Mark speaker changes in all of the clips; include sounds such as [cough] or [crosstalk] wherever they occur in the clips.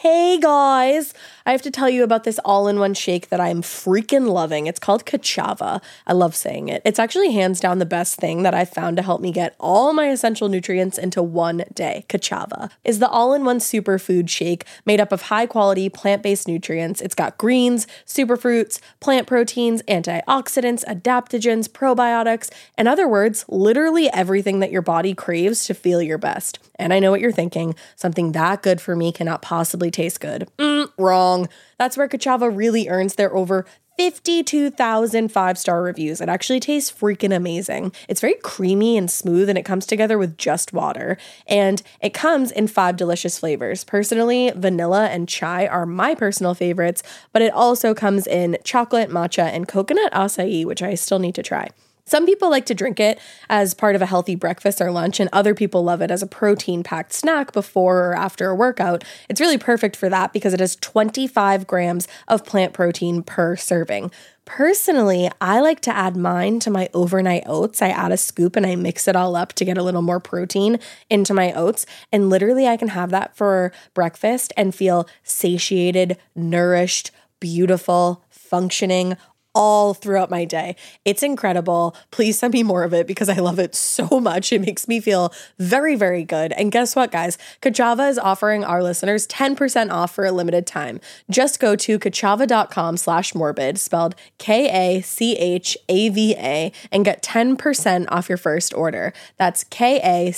Speaker 1: Hey guys, I have to tell you about this all in one shake that I'm freaking loving. It's called Kachava. I love saying it. It's actually hands down the best thing that I've found to help me get all my essential nutrients into one day. Kachava is the all in one superfood shake made up of high quality plant based nutrients. It's got greens, superfruits, plant proteins, antioxidants, adaptogens, probiotics, in other words, literally everything that your body craves to feel your best. And I know what you're thinking something that good for me cannot possibly taste good. Mm, wrong. That's where Kachava really earns their over 52,000 five star reviews. It actually tastes freaking amazing. It's very creamy and smooth, and it comes together with just water. And it comes in five delicious flavors. Personally, vanilla and chai are my personal favorites, but it also comes in chocolate, matcha, and coconut acai, which I still need to try. Some people like to drink it as part of a healthy breakfast or lunch, and other people love it as a protein packed snack before or after a workout. It's really perfect for that because it has 25 grams of plant protein per serving. Personally, I like to add mine to my overnight oats. I add a scoop and I mix it all up to get a little more protein into my oats. And literally, I can have that for breakfast and feel satiated, nourished, beautiful, functioning, all throughout my day. It's incredible. Please send me more of it because I love it so much. It makes me feel very, very good. And guess what, guys? Kachava is offering our listeners 10% off for a limited time. Just go to kachava.com slash morbid, spelled K-A-C-H-A-V-A, and get 10% off your first order. That's K-A-C-H-A-V-A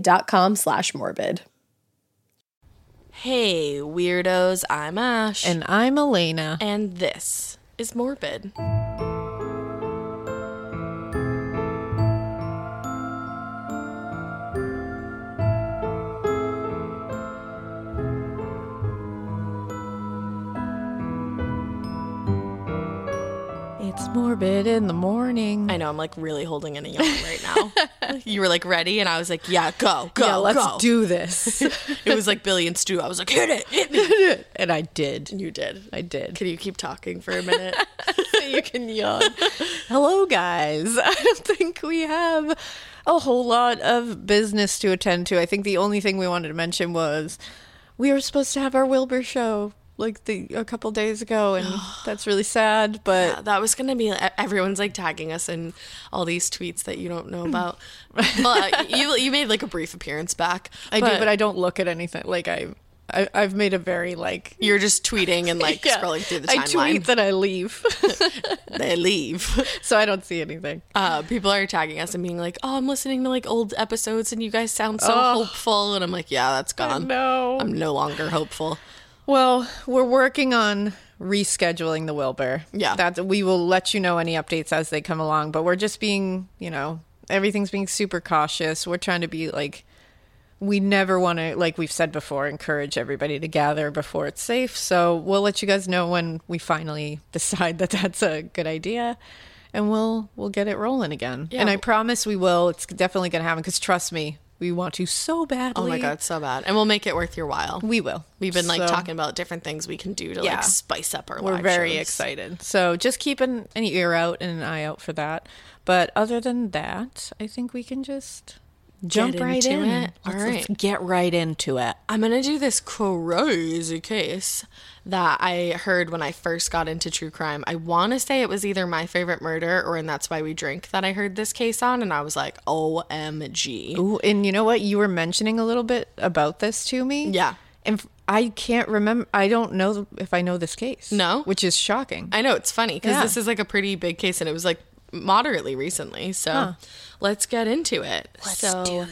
Speaker 1: dot com slash morbid.
Speaker 2: Hey, weirdos, I'm Ash.
Speaker 3: And I'm Elena.
Speaker 2: and this is Morbid.
Speaker 3: It's morbid in the morning.
Speaker 2: I know I'm like really holding in a yawn right now. [laughs] you were like ready, and I was like, yeah, go, Oh, go,
Speaker 3: yeah, let's
Speaker 2: go.
Speaker 3: do [laughs] this.
Speaker 2: It was like Billy and Stu. I was like, hit it, [laughs] hit me.
Speaker 3: [laughs] and I did.
Speaker 2: You did.
Speaker 3: I did.
Speaker 2: Can you keep talking for a minute?
Speaker 3: you can yawn. [laughs] Hello, guys. [laughs] I don't think we have a whole lot of business to attend to. I think the only thing we wanted to mention was we were supposed to have our Wilbur show like the a couple days ago, [sighs] and that's really sad. But
Speaker 2: [laughs] Yeah, that was gonna be e-, everyone's like tagging us in all these tweets that you don't know [laughs] about. but you you made like a brief appearance back.
Speaker 3: I do, but I don't look at anything. Like I, I I've made a very like
Speaker 2: you're just tweeting and [laughs] like
Speaker 3: [laughs] Yeah.
Speaker 2: scrolling through the
Speaker 3: I
Speaker 2: timeline.
Speaker 3: tweet that I leave,
Speaker 2: [laughs]
Speaker 3: [laughs]
Speaker 2: they leave.
Speaker 3: so I don't see anything.
Speaker 2: uh, people are tagging us and being like, "Oh, I'm listening to like old episodes, and you guys sound so
Speaker 3: Oh.
Speaker 2: hopeful." And I'm like, "Yeah, that's gone.
Speaker 3: No.
Speaker 2: I'm no longer hopeful."
Speaker 3: Well, we're working on rescheduling the Wilbur.
Speaker 2: Yeah.
Speaker 3: That we will let you know any updates as they come along, but we're just being, you know, everything's being super cautious. We're trying to be like we never want to like we've said before encourage everybody to gather before it's safe. So, we'll let you guys know when we finally [laughs] decide that that's a good idea. And we'll we'll get it rolling again. And I promise we will. It's definitely going to happen cuz trust me, we want to so badly.
Speaker 2: Oh my god, so bad. And we'll make it worth your while.
Speaker 3: we will.
Speaker 2: We've been like
Speaker 3: So,
Speaker 2: talking about different things we can do to
Speaker 3: Yeah.
Speaker 2: like spice up our
Speaker 3: We're
Speaker 2: live
Speaker 3: very
Speaker 2: shows.
Speaker 3: excited. So just keep an, an ear out and an eye out for that. But other than that, I think we can just jump right
Speaker 2: into
Speaker 3: in.
Speaker 2: it. All
Speaker 3: Let's- let's [laughs]
Speaker 2: right.
Speaker 3: get right into it.
Speaker 2: I'm gonna do this crazy case that I heard when I first got into true crime. I want to say it was either my favorite murder or and that's why we drink that I heard this case on, and I was like, OMG.
Speaker 3: Ooh, and you know what? You were mentioning a little bit about this to me.
Speaker 2: Yeah.
Speaker 3: And f- I can't remember. I don't know if I know this case.
Speaker 2: No?
Speaker 3: Which is shocking.
Speaker 2: I know it's funny because
Speaker 3: Yeah.
Speaker 2: this is like a pretty big case, and it was like moderately recently. So let's get into it. so,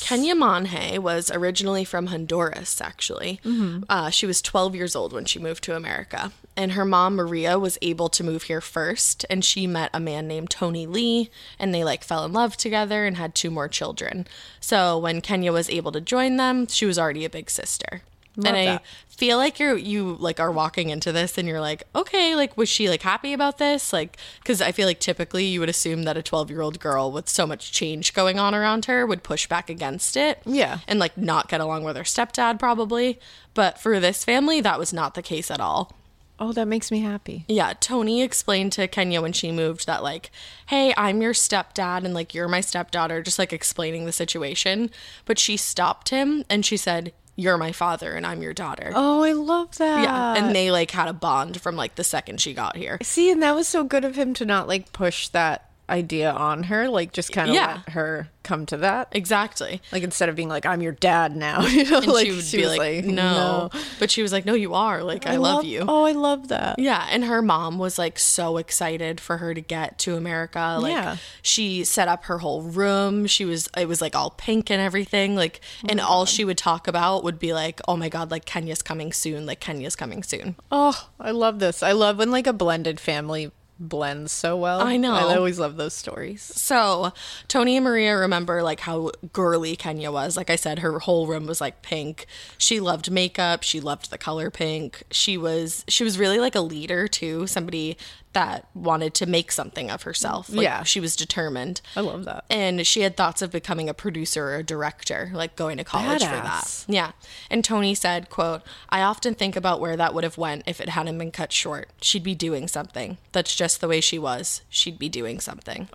Speaker 2: Kenya Monhe was originally from Honduras, actually. Uh, she was 12 years old when she moved to America. And her mom, Maria, was able to move here first. And she met a man named Tony Lee. And they like fell in love together and had two more children. So when Kenya was able to join them, she was already a big sister. and I
Speaker 3: that.
Speaker 2: feel like you're, you like are walking into this and you're like, okay, like, was she like happy about this? Like, cause I feel like typically you would assume that a 12 year old girl with so much change going on around her would push back against it
Speaker 3: Yeah.
Speaker 2: and like not get along with her stepdad probably but for this family that was not the case at all
Speaker 3: oh, that makes me happy.
Speaker 2: yeah tony explained to kenya when she moved that like hey i'm your stepdad and like you're my stepdaughter just like explaining the situation but she stopped him and she said you're my father and i'm your daughter
Speaker 3: Oh, I love that.
Speaker 2: yeah and they like had a bond from like the second she got here
Speaker 3: See, and that was so good of him to not like push that idea on her, like just kind of
Speaker 2: Yeah.
Speaker 3: let her come to that.
Speaker 2: exactly
Speaker 3: Like instead of being like, "I'm your dad now," [laughs] you know,
Speaker 2: and
Speaker 3: like
Speaker 2: she would be like, no. but she was like no you are like i, love you
Speaker 3: Oh, I love that.
Speaker 2: Yeah, and her mom was like so excited for her to get to America. Like
Speaker 3: Yeah.
Speaker 2: she set up her whole room. She was it was like all pink and everything. Like and all she would talk about would be like, "Oh my god, like Kenya's coming soon. Like Kenya's coming soon."
Speaker 3: Oh, I love this. I love when like a blended family blends so well.
Speaker 2: I know.
Speaker 3: I always love those stories.
Speaker 2: So, Tony and Maria remember like how girly Kenya was. Like I said, her whole room was like pink. She loved makeup, she loved the color pink. She was she was really like a leader too, somebody that wanted to make something of herself. Like,
Speaker 3: Yeah.
Speaker 2: she was determined.
Speaker 3: I love that.
Speaker 2: and she had thoughts of becoming a producer or a director like going to college for that
Speaker 3: Badass.
Speaker 2: yeah and tony said quote i often think about where that would have went if it hadn't been cut short she'd be doing something that's just the way she was she'd be doing something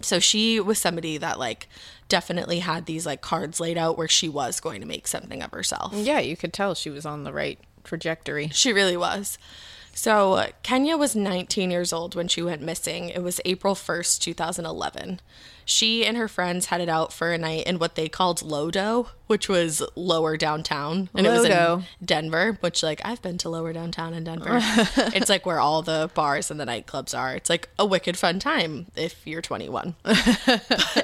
Speaker 2: so she was somebody that like definitely had these like cards laid out where she was going to make something of herself
Speaker 3: Yeah, you could tell she was on the right trajectory.
Speaker 2: she really was. So uh, Kenya was 19 years old when she went missing. It was April 1st, 2011. She and her friends headed out for a night in what they called Lodo, which was lower downtown, and it was
Speaker 3: Lodo.
Speaker 2: in [laughs] Denver. Which, like, I've been to lower downtown in Denver. it's like where all the bars and the nightclubs are. It's like a wicked fun time if you're 21 [laughs]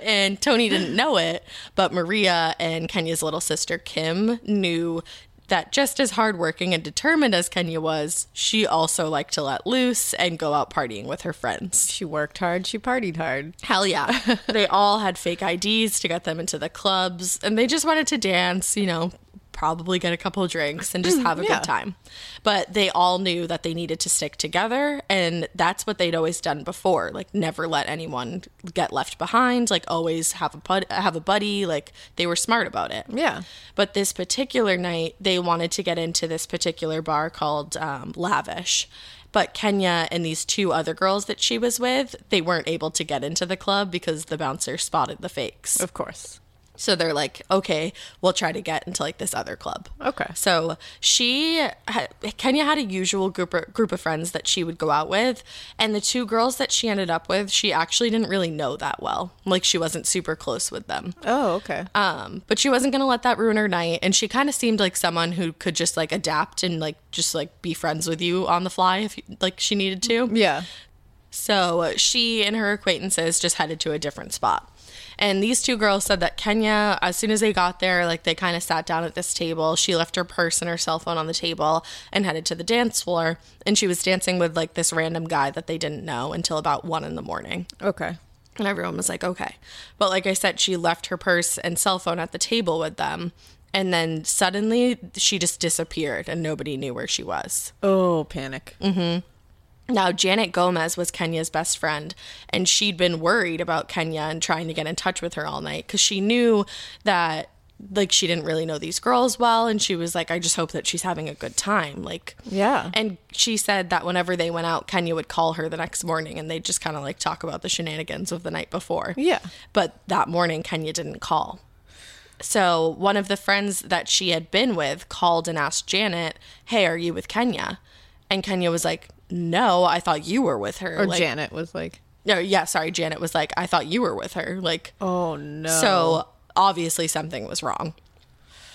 Speaker 2: and Tony didn't know it, but Maria and Kenya's little sister Kim knew that just as hardworking and determined as Kenya was, she also liked to let loose and go out partying with her friends.
Speaker 3: She worked hard. She partied hard.
Speaker 2: Hell
Speaker 3: [laughs]
Speaker 2: yeah. they all had fake IDs to get them into the clubs, and they just wanted to dance, you know, probably get a couple of drinks and just have a
Speaker 3: Mm, Yeah.
Speaker 2: good time. But they all knew that they needed to stick together, and that's what they'd always done before. Like never let anyone get left behind, like always have a bud- have a buddy, like they were smart about it.
Speaker 3: Yeah.
Speaker 2: But this particular night, they wanted to get into this particular bar called um, Lavish. But Kenya and these two other girls that she was with, they weren't able to get into the club because the bouncer spotted the fakes.
Speaker 3: Of course.
Speaker 2: So they're like, okay, we'll try to get into like this other club.
Speaker 3: Okay.
Speaker 2: So she, ha- Kenya had a usual group of, group of friends that she would go out with, and the two girls that she ended up with, she actually didn't really know that well. Like she wasn't super close with them.
Speaker 3: Oh, okay.
Speaker 2: Um, but she wasn't gonna let that ruin her night, and she kind of seemed like someone who could just like adapt and like just like be friends with you on the fly if you, like she needed to.
Speaker 3: Mm, yeah.
Speaker 2: So uh, she and her acquaintances just headed to a different spot. And these two girls said that Kenya, as soon as they got there, like they kind of sat down at this table. She left her purse and her cell phone on the table and headed to the dance floor. And she was dancing with like this random guy that they didn't know until about one in the morning.
Speaker 3: Okay.
Speaker 2: And everyone was like, okay. But like I said, she left her purse and cell phone at the table with them. And then suddenly she just disappeared and nobody knew where she was.
Speaker 3: Oh, panic.
Speaker 2: Now, Janet Gomez was Kenya's best friend, and she'd been worried about Kenya and trying to get in touch with her all night because she knew that, like, she didn't really know these girls well. And she was like, I just hope that she's having a good time. Like,
Speaker 3: Yeah.
Speaker 2: And she said that whenever they went out, Kenya would call her the next morning and they'd just kind of like talk about the shenanigans of the night before.
Speaker 3: Yeah.
Speaker 2: But that morning, Kenya didn't call. So one of the friends that she had been with called and asked Janet, "Hey, are you with Kenya?" And Kenya was like, "No, I thought you were with her."
Speaker 3: Or
Speaker 2: like,
Speaker 3: Janet was like,
Speaker 2: No, yeah, sorry, Janet was like, "I thought you were with her." Like,
Speaker 3: oh no.
Speaker 2: so obviously something was wrong.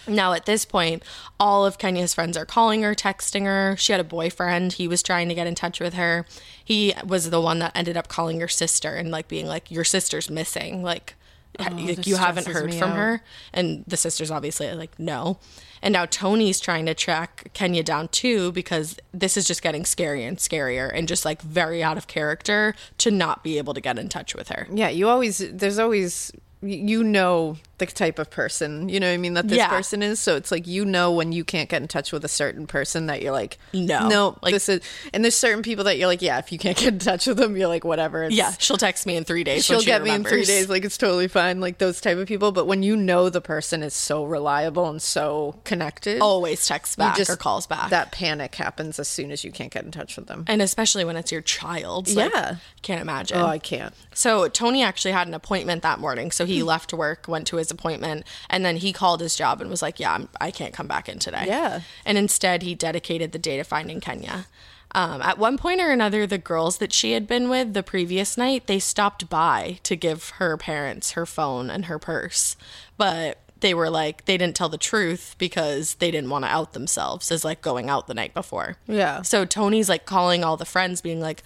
Speaker 2: Now at this point, all of Kenya's friends are calling her, texting her. She had a boyfriend. He was trying to get in touch with her. He was the one that ended up calling your sister and like being like, "Your sister's missing." Like, ha- like
Speaker 3: Oh, this
Speaker 2: you haven't
Speaker 3: stresses
Speaker 2: heard
Speaker 3: me
Speaker 2: from
Speaker 3: out.
Speaker 2: her, and the sister's obviously like, "No." And now Tony's trying to track Kenya down too because this is just getting scarier and scarier and just like very out of character to not be able to get in touch with her.
Speaker 3: yeah, you always, there's always, y- you know, the type of person, you know what I mean, that this
Speaker 2: Yeah.
Speaker 3: person is. So it's like, you know, when you can't get in touch with a certain person that you're like,
Speaker 2: No.
Speaker 3: no,
Speaker 2: Like-
Speaker 3: this is, and there's certain people that you're like, yeah, if you can't [laughs] get in touch with them, you're like, whatever. It's,
Speaker 2: Yeah, she'll text me in three days. when
Speaker 3: She'll
Speaker 2: she
Speaker 3: get me in three
Speaker 2: remembers.
Speaker 3: days. Like, it's totally fine. Like, those type of people. But when you know the person is so reliable and so connected,
Speaker 2: Always texts
Speaker 3: you
Speaker 2: back or calls back.
Speaker 3: That panic happens as soon as you can't get in touch with them.
Speaker 2: and especially when it's your child.
Speaker 3: Yeah.
Speaker 2: can't imagine.
Speaker 3: Oh, I can't.
Speaker 2: so Tony actually had an appointment that morning. So
Speaker 3: Hmm.
Speaker 2: he left work, went to his appointment, and then he called his job and was like, "Yeah, I'm, I can't come back in today."
Speaker 3: Yeah.
Speaker 2: And instead, he dedicated the day to finding Kenya. Um, at one point or another, the girls that she had been with the previous night they stopped by to give her parents her phone and her purse, but they were like they didn't tell the truth because they didn't want to out themselves as like going out the night before.
Speaker 3: Yeah.
Speaker 2: So Tony's like calling all the friends, being like,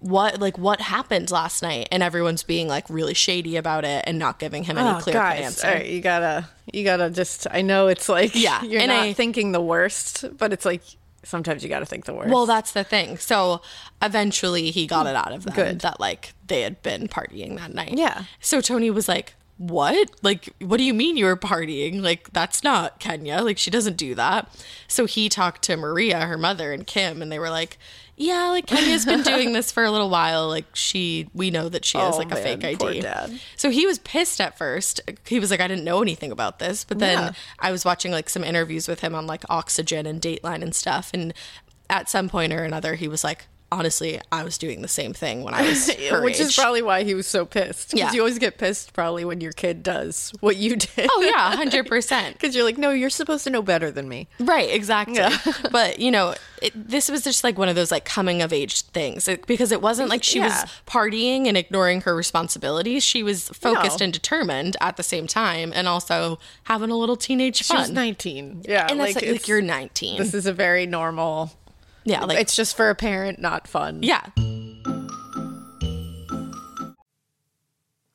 Speaker 2: "What? Like, what happened last night?" And everyone's being like really shady about it and not giving him any clear cut answer.
Speaker 3: Ah, Oh, all right, you gotta, you gotta just. I know it's like,
Speaker 2: Yeah,
Speaker 3: [laughs] you're
Speaker 2: and
Speaker 3: not
Speaker 2: I-
Speaker 3: thinking the worst, but it's like sometimes you gotta think the worst.
Speaker 2: Well, that's the thing. So eventually, he got it out of them
Speaker 3: Good.
Speaker 2: that like they had been partying that night.
Speaker 3: Yeah.
Speaker 2: So Tony was like. What? Like, what do you mean you were partying? Like, that's not Kenya. Like, she doesn't do that. So he talked to Maria, her mother, and Kim, and they were like, Yeah, like, Kenya's been
Speaker 3: [laughs]
Speaker 2: doing this for a little while. Like, she, we know that she has
Speaker 3: Oh,
Speaker 2: like a
Speaker 3: man,
Speaker 2: fake ID.
Speaker 3: poor dad.
Speaker 2: So he was pissed at first. He was like, I didn't know anything about this. But then I was watching like some interviews with him on like Oxygen and Dateline and stuff. And at some point or another, he was like, honestly, I was doing the same thing when I
Speaker 3: [laughs]
Speaker 2: was her
Speaker 3: which
Speaker 2: age."
Speaker 3: is probably why he was so pissed. Because
Speaker 2: Yeah.
Speaker 3: you always get pissed probably when your kid does what you did.
Speaker 2: Oh,
Speaker 3: [laughs]
Speaker 2: yeah, 100%.
Speaker 3: because you're like, no, you're supposed to know better than me.
Speaker 2: Right, exactly.
Speaker 3: [laughs]
Speaker 2: but you know, it, this was just like one of those like coming of age things it, because it wasn't like she
Speaker 3: Yeah.
Speaker 2: was partying and ignoring her responsibilities. She was focused
Speaker 3: No.
Speaker 2: and determined at the same time, and also having a little teenage
Speaker 3: She was
Speaker 2: fun.
Speaker 3: 19. Yeah,
Speaker 2: and that's like, like
Speaker 3: it's-
Speaker 2: you're 19.
Speaker 3: This is a very normal.
Speaker 2: yeah, like
Speaker 3: it's just for a parent, not fun.
Speaker 2: yeah.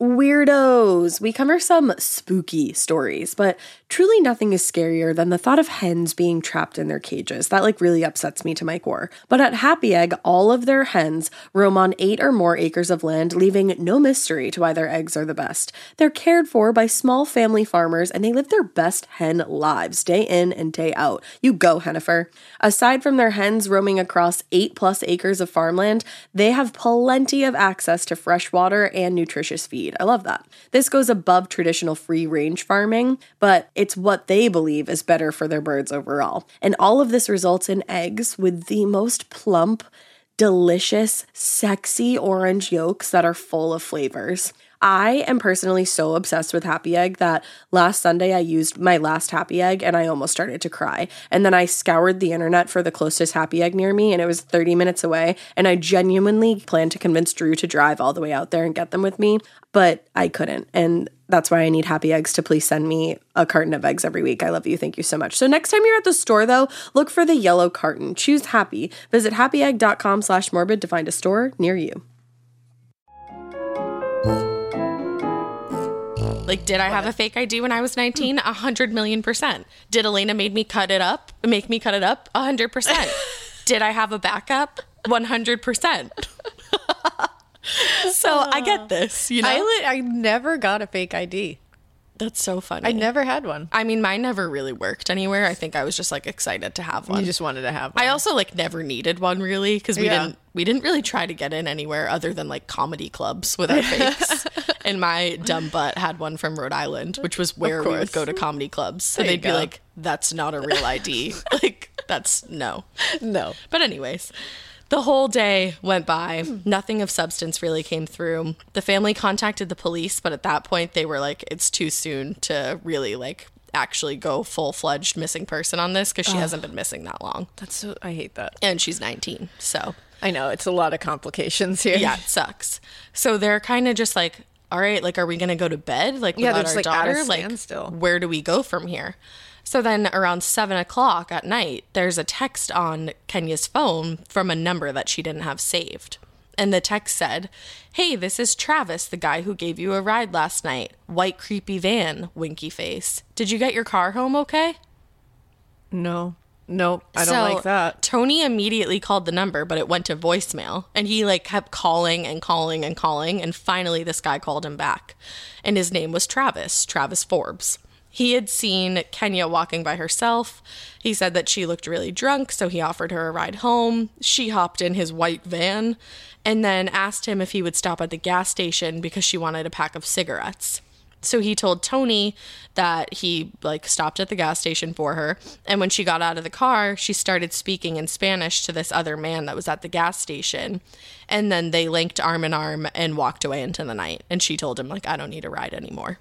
Speaker 1: Weirdos. We cover some spooky stories, but truly nothing is scarier than the thought of hens being trapped in their cages. That like really upsets me to my core. But at Happy Egg, all of their hens roam on eight or more acres of land, leaving no mystery to why their eggs are the best. They're cared for by small family farmers and they live their best hen lives day in and day out. You go, Hennifer. Aside from their hens roaming across eight plus acres of farmland, they have plenty of access to fresh water and nutritious feed. I love that. This goes above traditional free range farming, but it's what they believe is better for their birds overall. And all of this results in eggs with the most plump, delicious, sexy orange yolks that are full of flavors. I am personally so obsessed with Happy Egg that last Sunday I used my last Happy Egg and I almost started to cry. And then I scoured the internet for the closest Happy Egg near me and it was 30 minutes away. And I genuinely planned to convince Drew to drive all the way out there and get them with me, but I couldn't. And that's why I need happy eggs to please send me a carton of eggs every week. I love you. Thank you so much. So next time you're at the store though, look for the yellow carton. Choose happy. Visit happyegg.com slash morbid to find a store near you.
Speaker 2: Like, did I have a fake ID when I was 19? A hundred million percent. Did Elena made me cut it up? Make me cut it up? A hundred percent. Did I have a backup? One hundred percent. So I get this, you know.
Speaker 3: I, li- I never got a fake ID.
Speaker 2: That's so funny.
Speaker 3: I never had one.
Speaker 2: I mean, mine never really worked anywhere. I think I was just like excited to have one.
Speaker 3: You just wanted to have one.
Speaker 2: I also like never needed one really because we
Speaker 3: Yeah.
Speaker 2: didn't we didn't really try to get in anywhere other than like comedy clubs with
Speaker 3: [laughs]
Speaker 2: our fakes. and my dumb butt had one from Rhode Island, which was where we would
Speaker 3: course.
Speaker 2: go to comedy clubs. So
Speaker 3: There you
Speaker 2: they'd be
Speaker 3: go.
Speaker 2: like, "That's not a real
Speaker 3: [laughs]
Speaker 2: ID. like that's no."
Speaker 3: no.
Speaker 2: But anyways, the whole day went by. Nothing of substance really came through. The family contacted the police, but at that point they were like it's too soon to really like actually go full-fledged missing person on this cuz she hasn't been missing that long.
Speaker 3: That's so, I hate that.
Speaker 2: And she's 19. So,
Speaker 3: I know it's a lot of complications here.
Speaker 2: yeah, it sucks. So they're kind of just like all right, like, are we gonna go to bed? Like,
Speaker 3: Yeah,
Speaker 2: without
Speaker 3: they're
Speaker 2: our
Speaker 3: just, like, at a
Speaker 2: daughter, like,
Speaker 3: standstill.
Speaker 2: where do we go from here? So then, around seven o'clock at night, there's a text on Kenya's phone from a number that she didn't have saved. And the text said, Hey, this is Travis, the guy who gave you a ride last night. White creepy van, winky face. Did you get your car home okay?
Speaker 3: [laughs] No. Nope. I don't
Speaker 2: So,
Speaker 3: like that.
Speaker 2: Tony immediately called the number, but it went to voicemail. And he like kept calling and calling and calling. And finally, this guy called him back. And his name was Travis, Travis Forbes. He had seen Kenya walking by herself. He said that she looked really drunk, so he offered her a ride home. She hopped in his white van and then asked him if he would stop at the gas station because she wanted a pack of cigarettes. So he told Tony that he like stopped at the gas station for her and when she got out of the car she started speaking in Spanish to this other man that was at the gas station and then they linked arm in arm and walked away into the night and she told him like I don't need a ride anymore.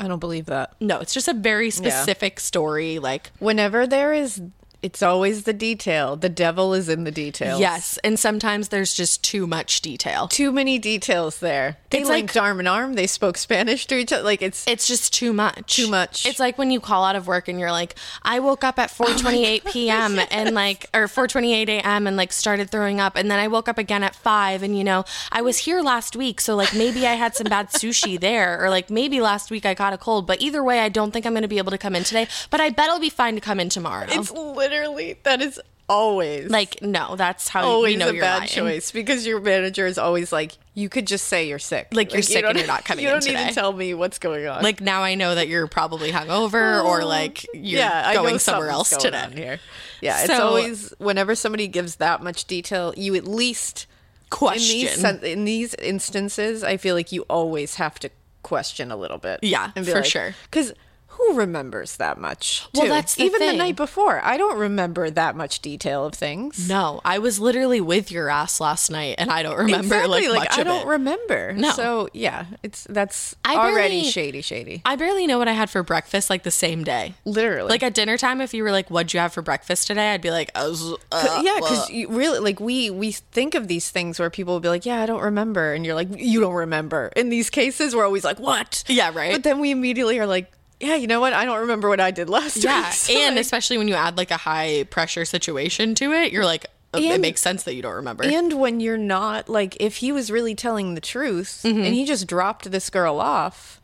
Speaker 3: I don't believe that.
Speaker 2: No, it's just a very specific story like
Speaker 3: Whenever there is, it's always the detail. The devil is in the details.
Speaker 2: yes and sometimes there's just too much detail.
Speaker 3: Too many details there. They
Speaker 2: It's like-
Speaker 3: linked arm in arm. They spoke Spanish to each other. Like it's
Speaker 2: It's just too much. Too
Speaker 3: much. Oh
Speaker 2: It's like when you call out of work and you're like, I woke up
Speaker 3: [laughs]
Speaker 2: at 4:28 p.m. and like or 4:28 a.m. and like started throwing up and then I woke up again at 5 and you know, I was here last week so like maybe I had some bad
Speaker 3: [laughs]
Speaker 2: sushi there or like maybe last week I got a cold, but either way I don't think I'm going to be able to come in today, but I bet I'll be fine to come in tomorrow.
Speaker 3: it's literally that is always
Speaker 2: like no, that's how
Speaker 3: always
Speaker 2: we know
Speaker 3: a
Speaker 2: you're
Speaker 3: bad
Speaker 2: lying.
Speaker 3: choice because your manager is always like, you could just say you're sick.
Speaker 2: Like, you're
Speaker 3: you
Speaker 2: sick and
Speaker 3: don't-
Speaker 2: you're not coming
Speaker 3: [laughs] You
Speaker 2: in
Speaker 3: don't need
Speaker 2: today.
Speaker 3: to tell me what's going on.
Speaker 2: Like now I know that you're probably hungover or like you're
Speaker 3: yeah, I know
Speaker 2: going somewhere else
Speaker 3: something's going
Speaker 2: today.
Speaker 3: on here. Yeah, it's
Speaker 2: So-
Speaker 3: always whenever somebody gives that much detail, you at least in
Speaker 2: Question.
Speaker 3: these sen- in these instances, I feel like you always have to question a little bit.
Speaker 2: Yeah, for sure.
Speaker 3: Because who remembers that much?
Speaker 2: Well,
Speaker 3: too?
Speaker 2: that's the
Speaker 3: even
Speaker 2: thing.
Speaker 3: the night before. I don't remember that much detail of things.
Speaker 2: No, I was literally with your ass last night, and I don't remember
Speaker 3: exactly.
Speaker 2: like, much
Speaker 3: I
Speaker 2: of
Speaker 3: don't
Speaker 2: it.
Speaker 3: remember.
Speaker 2: No.
Speaker 3: So yeah, it's that's
Speaker 2: I
Speaker 3: already
Speaker 2: barely-
Speaker 3: shady, shady.
Speaker 2: I barely know what I had for breakfast like the same day.
Speaker 3: Literally,
Speaker 2: Like at dinner time, if you were like, "What'd you have for breakfast today?" I'd be like, "I was, uh,
Speaker 3: yeah, because you [laughs] really like we we think of these things where people will be like, "Yeah, I don't remember," and you're like, "You don't remember." In these cases, we're always like, "What?"
Speaker 2: Yeah, right.
Speaker 3: But then we immediately are like, "Yeah, you know what? I don't remember what I did last [laughs]
Speaker 2: yeah."
Speaker 3: week." So,
Speaker 2: and
Speaker 3: like-
Speaker 2: especially when you add like a high pressure situation to it, you're like, "Oh, "It
Speaker 3: And-
Speaker 2: makes sense that you don't remember."
Speaker 3: and when you're not like, if he was really telling the truth
Speaker 2: Mm-hmm.
Speaker 3: and he just dropped this girl off,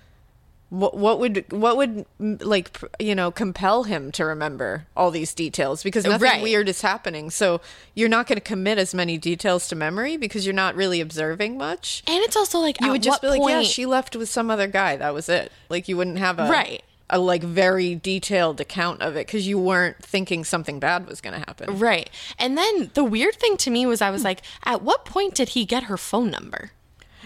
Speaker 3: what what would what would m- like pr- you know compel him to remember all these details because nothing
Speaker 2: Right.
Speaker 3: weird is happening. So you're not going to commit as many details to memory because you're not really observing much.
Speaker 2: And it's also like
Speaker 3: you
Speaker 2: at
Speaker 3: would just be
Speaker 2: what
Speaker 3: like, yeah,
Speaker 2: point-
Speaker 3: she left with some other guy. That was it. Like you wouldn't have a
Speaker 2: Right.
Speaker 3: a like very detailed account of it because you weren't thinking something bad was going to
Speaker 2: [laughs]
Speaker 3: happen.
Speaker 2: right. And then the weird thing to me was, I was
Speaker 3: Hmm.
Speaker 2: like, "At what point did he get her phone number?"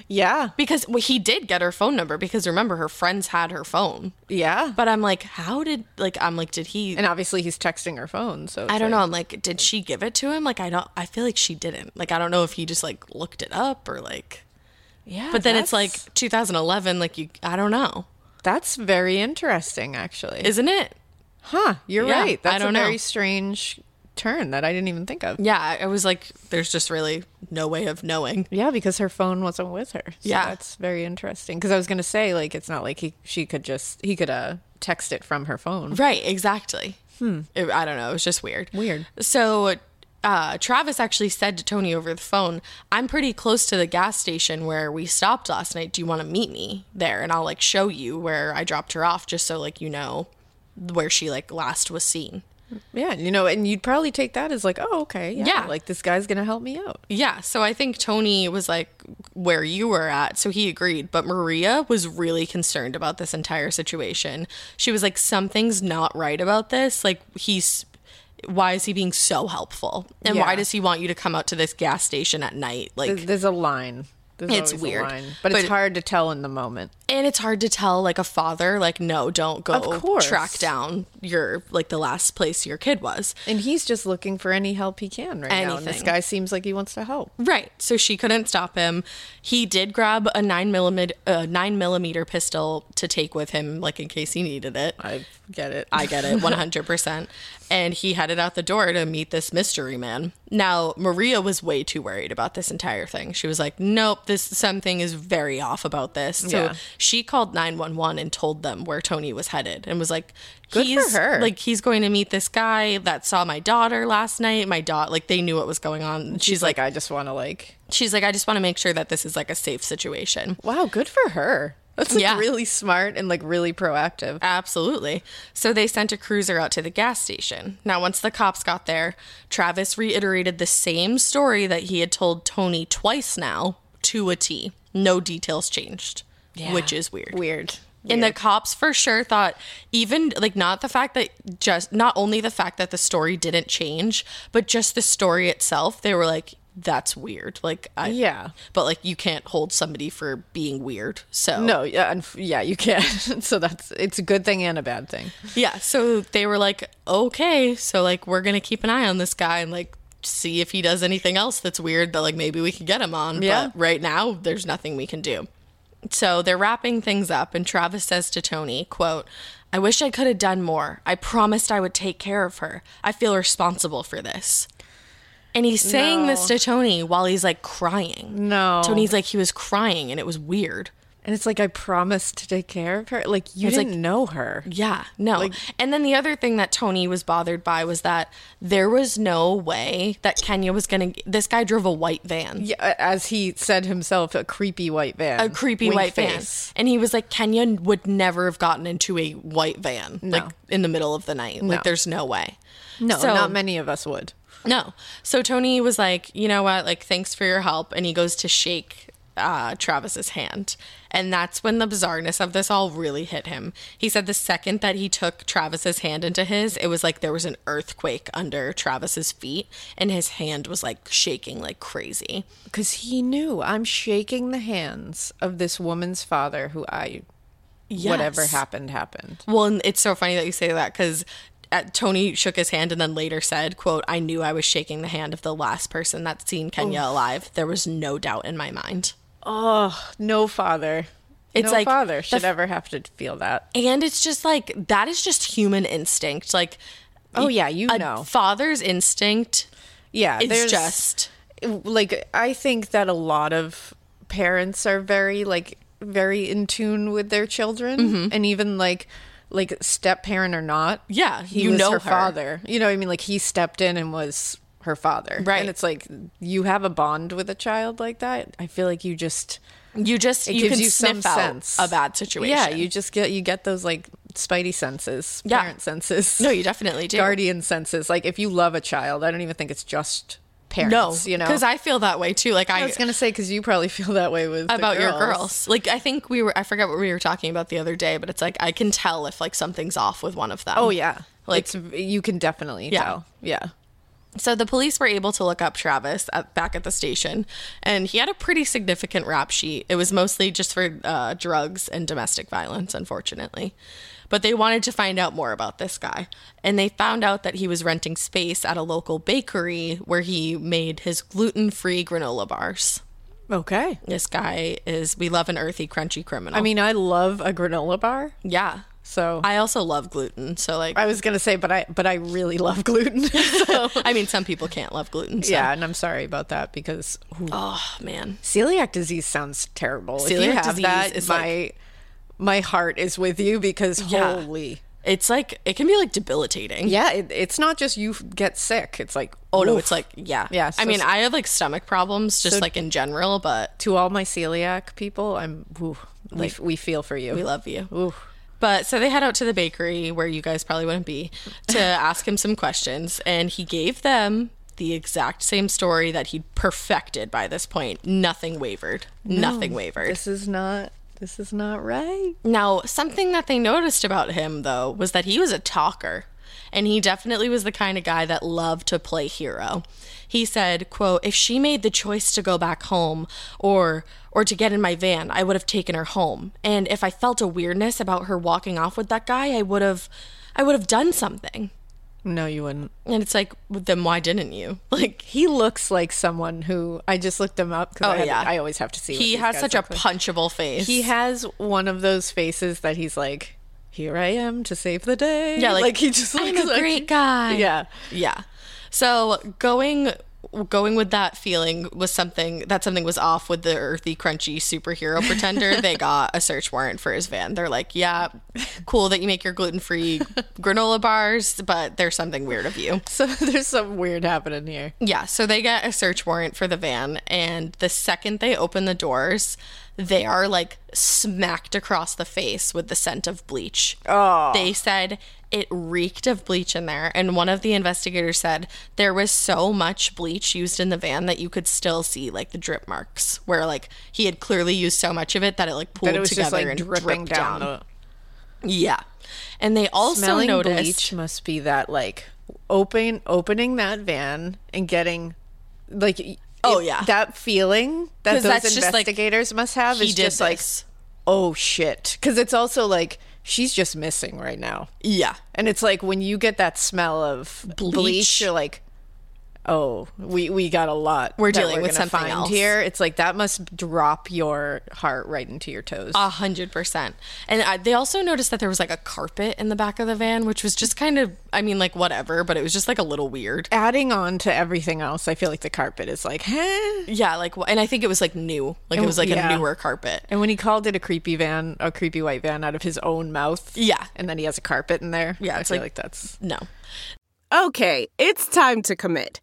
Speaker 3: Yeah,
Speaker 2: Because well, he did get her phone number because remember, her friends had her phone.
Speaker 3: yeah.
Speaker 2: But I'm like, how did like I'm like, did he?
Speaker 3: and obviously he's texting her phone. So
Speaker 2: I don't know. I'm like, did she give it to him? Like, I don't. I feel like she didn't. Like, I don't know if he just like looked it up or like.
Speaker 3: Yeah,
Speaker 2: But then it's like
Speaker 3: that's-
Speaker 2: 2011. Like you, I don't know,
Speaker 3: that's very interesting, actually.
Speaker 2: isn't it?
Speaker 3: huh? You're
Speaker 2: Yeah,
Speaker 3: right.
Speaker 2: I
Speaker 3: That's
Speaker 2: don't
Speaker 3: a
Speaker 2: know.
Speaker 3: very strange turn that I didn't even think of.
Speaker 2: Yeah, I- I was like, there's just really no way of knowing.
Speaker 3: Yeah, because her phone wasn't with her. So
Speaker 2: Yeah.
Speaker 3: that's very interesting. Because I was gonna say, like, it's not like he she could just he could uh text it from her phone. Hmm.
Speaker 2: Right, exactly. It- I don't know. It was just weird.
Speaker 3: Weird.
Speaker 2: So, uh, Travis actually said to Tony over the phone, I'm pretty close to the gas station where we stopped last night. Do you want to meet me there? And I'll like show you where I dropped her off just so like you know where she like last was seen.
Speaker 3: Yeah, you know, and you'd probably take that as like, oh, okay, yeah,
Speaker 2: Yeah.
Speaker 3: like this guy's gonna help me out.
Speaker 2: Yeah, so I think Tony was like where you were at, so he agreed. But Maria was really concerned about this entire situation. She was like, something's not right about this. Like, he's, why is he being so helpful? And why
Speaker 3: Yeah.
Speaker 2: does he want you to come out to this gas station at night? Like,
Speaker 3: There's, there's a line. There's
Speaker 2: It's
Speaker 3: always
Speaker 2: weird,
Speaker 3: a line. but, it's
Speaker 2: but-
Speaker 3: hard to tell in the moment.
Speaker 2: and it's hard to tell like a father, like, no, don't
Speaker 3: Of
Speaker 2: go
Speaker 3: course.
Speaker 2: track down your, like, the last place your kid was.
Speaker 3: And he's just looking for any help he can right now. And this
Speaker 2: Anything.
Speaker 3: guy seems like he wants to help.
Speaker 2: Right. So she couldn't stop him. He did grab a nine millimeter, uh, nine millimeter pistol to take with him, like in case he needed it.
Speaker 3: I get it.
Speaker 2: I get
Speaker 3: [laughs]
Speaker 2: it, 100%. and he headed out the door to meet this mystery man. Now, Maria was way too worried about this entire thing. She was like, nope, this something is very off about this. So
Speaker 3: Yeah.
Speaker 2: she called 911 and told them where Tony was headed and was like,
Speaker 3: Good for
Speaker 2: he's
Speaker 3: her.
Speaker 2: like, he's going to meet this guy that saw my daughter last night. My daughter, like, they knew what was going on. And She's
Speaker 3: She's like,
Speaker 2: like,
Speaker 3: I just want to like.
Speaker 2: she's like, I just want to make sure that this is like a safe situation.
Speaker 3: Wow, good for her. That's like
Speaker 2: Yeah.
Speaker 3: really smart and like really proactive.
Speaker 2: Absolutely. So they sent a cruiser out to the gas station. Now, once the cops got there, Travis reiterated the same story that he had told Tony twice now to a T. No details changed, which is weird.
Speaker 3: Weird.
Speaker 2: And the cops for sure thought even like not the fact that just not only the fact that the story didn't change, but just the story itself, they were like, that's weird. Like, I,
Speaker 3: Yeah.
Speaker 2: But like, you can't hold somebody for being weird. So,
Speaker 3: No, yeah, and yeah, you can. [laughs] so that's it's a good thing and a bad thing.
Speaker 2: Yeah, so they were like, okay, so like we're gonna keep an eye on this guy and like see if he does anything else that's weird that like maybe we can get him on.
Speaker 3: Yeah.
Speaker 2: But right now there's nothing we can do. So they're wrapping things up and Travis says to Tony, quote, I wish I could have done more. I promised I would take care of her. I feel responsible for this. And he's saying this to Tony while he's like crying.
Speaker 3: No,
Speaker 2: Tony's like he was crying and it was weird.
Speaker 3: and it's like I promised to take care of her. Like you
Speaker 2: It's like-
Speaker 3: didn't know her.
Speaker 2: Yeah, no. and then the other thing that Tony was bothered by was that there was no way that Kenya was going to. This guy drove a white van.
Speaker 3: Yeah, a- as he said himself, a creepy white van,
Speaker 2: A creepy
Speaker 3: Wink
Speaker 2: white
Speaker 3: face.
Speaker 2: van. And he was like, Kenya would never have gotten into a white van like in the middle of the night. Like, there's no way.
Speaker 3: No,
Speaker 2: So-
Speaker 3: not many of us would.
Speaker 2: No. So Tony was like, you know what? Like, thanks for your help. And he goes to shake uh, Travis's hand. And that's when the bizarreness of this all really hit him. He said the second that he took Travis's hand into his, it was like there was an earthquake under Travis's feet and his hand was like shaking like crazy.
Speaker 3: Because he knew I'm shaking the hands of this woman's father who I, whatever
Speaker 2: Yes.
Speaker 3: happened, happened.
Speaker 2: Well, and it's so funny that you say that because Tony shook his hand and then later said, "quote I knew I was shaking the hand of the last person that's seen Kenya alive. There was no doubt in my mind."
Speaker 3: Oh, no father.
Speaker 2: It's
Speaker 3: no
Speaker 2: like
Speaker 3: father
Speaker 2: the f-
Speaker 3: should ever have to feel that.
Speaker 2: And it's just like that is just human instinct. Like
Speaker 3: Oh, yeah, you
Speaker 2: a
Speaker 3: know.
Speaker 2: father's instinct
Speaker 3: Yeah,
Speaker 2: is
Speaker 3: there's
Speaker 2: just
Speaker 3: like I think that a lot of parents are very like very in tune with their children,
Speaker 2: Mm-hmm.
Speaker 3: and even like like step parent or not.
Speaker 2: Yeah,
Speaker 3: he
Speaker 2: you
Speaker 3: was
Speaker 2: know
Speaker 3: her,
Speaker 2: her.
Speaker 3: father. You know, what I mean, like he stepped in and was her father,
Speaker 2: Right.
Speaker 3: And it's like you have a bond with a child like that. I feel like you just
Speaker 2: you just
Speaker 3: it
Speaker 2: you
Speaker 3: gives
Speaker 2: can
Speaker 3: you
Speaker 2: sniff
Speaker 3: some
Speaker 2: out
Speaker 3: sense
Speaker 2: a bad situation.
Speaker 3: Yeah, you just get you get those like spidey senses,
Speaker 2: Yeah.
Speaker 3: parent senses.
Speaker 2: no, you definitely do.
Speaker 3: guardian senses. Like if you love a child, I don't even think it's just
Speaker 2: no,
Speaker 3: parents. you know,
Speaker 2: because I feel that way too. Like I,
Speaker 3: I was gonna say because you probably feel that way with the
Speaker 2: about your girls. Like I think we were I forget what we were talking about the other day, but it's like I can tell if like something's off with one of them.
Speaker 3: Oh yeah,
Speaker 2: Like-
Speaker 3: like it's, you can definitely
Speaker 2: Yeah.
Speaker 3: tell. Yeah,
Speaker 2: So the police were able to look up Travis at, back at the station, and he had a pretty significant rap sheet. It was mostly just for uh, drugs and domestic violence, unfortunately. But they wanted to find out more about this guy, and they found out that he was renting space at a local bakery where he made his gluten-free granola bars.
Speaker 3: okay.
Speaker 2: This guy is we love an earthy, crunchy criminal.
Speaker 3: I mean, I love a granola bar,
Speaker 2: yeah.
Speaker 3: so I,
Speaker 2: I also love gluten, so like [laughs]
Speaker 3: was gonna say, but I but I really love gluten. [laughs] so.
Speaker 2: I mean, some people can't love gluten. So.
Speaker 3: Yeah, and I'm sorry about that because ooh,
Speaker 2: Oh man.
Speaker 3: celiac disease sounds terrible. if you
Speaker 2: Celiac
Speaker 3: have
Speaker 2: disease
Speaker 3: that,
Speaker 2: is
Speaker 3: my my heart is with you because
Speaker 2: Yeah.
Speaker 3: holy,
Speaker 2: It's like it can be like debilitating.
Speaker 3: yeah, it, it's not just you f- get sick. It's like
Speaker 2: Oh no,
Speaker 3: oof.
Speaker 2: it's like yeah,
Speaker 3: Yeah, so-
Speaker 2: I mean, I have like stomach problems just
Speaker 3: So-
Speaker 2: like in general, but
Speaker 3: to all my celiac people, I'm ooh, we, we feel for you.
Speaker 2: we love you.
Speaker 3: Ooh.
Speaker 2: But so they head out to the bakery where you guys probably wouldn't be
Speaker 3: [laughs]
Speaker 2: to ask him some questions. And he gave them the exact same story that he'd perfected by this point. Nothing wavered. Nothing wavered.
Speaker 3: This is not. This is not right.
Speaker 2: Now, something that they noticed about him, though, was that he was a talker. And he definitely was the kind of guy that loved to play hero. He said, quote, if she made the choice to go back home or or to get in my van, I would have taken her home. And if I felt a weirdness about her walking off with that guy, I would have I would have done something.
Speaker 3: No, you wouldn't.
Speaker 2: And it's like, well, then why didn't you? [laughs] Oh, Like
Speaker 3: He looks like someone who I just looked him up because
Speaker 2: Oh,
Speaker 3: I, had-
Speaker 2: yeah.
Speaker 3: I always have to see. what
Speaker 2: he
Speaker 3: these
Speaker 2: has
Speaker 3: guys
Speaker 2: such a
Speaker 3: look like.
Speaker 2: punchable face.
Speaker 3: He has one of those faces that he's like, "Here I am to save the day."
Speaker 2: Yeah, like,
Speaker 3: he just looks
Speaker 2: "I'm a
Speaker 3: like,
Speaker 2: great guy.
Speaker 3: Yeah, [laughs]
Speaker 2: Yeah. So going going with that feeling was something that something was off with the earthy crunchy superhero pretender they got a search warrant for his van they're like yeah cool that you make your gluten-free granola bars but there's something weird of you
Speaker 3: so there's something weird happening here.
Speaker 2: yeah so they get a search warrant for the van and the second they open the doors they are like smacked across the face with the scent of bleach oh they said it reeked of bleach in there and one of the investigators said there was so much bleach used in the van that you could still see like the drip marks where like he had clearly used so much of it that it like pulled
Speaker 3: That it was
Speaker 2: together
Speaker 3: just like
Speaker 2: and
Speaker 3: dripping
Speaker 2: dripped down,
Speaker 3: down. the
Speaker 2: yeah and they also
Speaker 3: Smelling
Speaker 2: noticed
Speaker 3: bleach must be that like open opening that van and getting like y-
Speaker 2: Oh,
Speaker 3: it-
Speaker 2: yeah.
Speaker 3: that feeling that
Speaker 2: 'Cause
Speaker 3: those
Speaker 2: that's just, like,
Speaker 3: investigators must have
Speaker 2: he
Speaker 3: is
Speaker 2: did
Speaker 3: just like
Speaker 2: this.
Speaker 3: oh shit because it's also like she's just missing right now
Speaker 2: yeah
Speaker 3: and it's like when you get that smell of bleach,
Speaker 2: Bleach.
Speaker 3: you're like oh we we got a lot
Speaker 2: We're
Speaker 3: that
Speaker 2: dealing with
Speaker 3: gonna
Speaker 2: something
Speaker 3: find
Speaker 2: else.
Speaker 3: here it's like that must drop your heart right into your toes
Speaker 2: A hundred percent. And I, they also noticed that there was like a carpet in the back of the van, which was just kind of, I mean, like whatever, but it was just like a little weird.
Speaker 3: adding on to everything else i feel like the carpet is like huh
Speaker 2: Yeah, like, wh- and I think it was like new, like it was like
Speaker 3: yeah.
Speaker 2: a newer carpet.
Speaker 3: And when he called it a creepy van, a creepy white van out of his own mouth.
Speaker 2: Yeah.
Speaker 3: And then he has a carpet in there.
Speaker 2: Yeah,
Speaker 3: I
Speaker 2: it's
Speaker 3: feel
Speaker 2: like-
Speaker 3: like that's
Speaker 2: No,
Speaker 4: Okay, it's time to commit.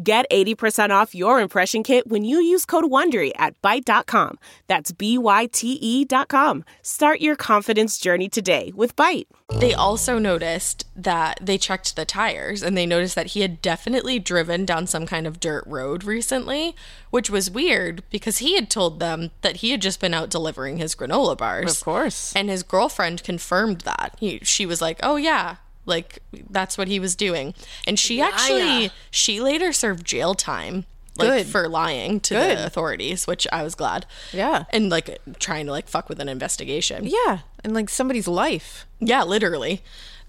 Speaker 4: Get 80% off your impression kit when you use code WONDERY at Byte.com. That's B-Y-T-E E dot com. Start your confidence journey today with Byte.
Speaker 2: they also noticed that they checked the tires and they noticed that he had definitely driven down some kind of dirt road recently, which was weird because he had told them that he had just been out delivering his granola bars.
Speaker 3: Of course.
Speaker 2: And his girlfriend confirmed that. He, she was like, "Oh yeah, like that's what he was doing." And she actually she later served jail time like
Speaker 3: Good.
Speaker 2: for lying to
Speaker 3: Good.
Speaker 2: the authorities, which I was glad.
Speaker 3: Yeah.
Speaker 2: And like trying to like fuck with an investigation.
Speaker 3: Yeah. And like somebody's life.
Speaker 2: Yeah, literally.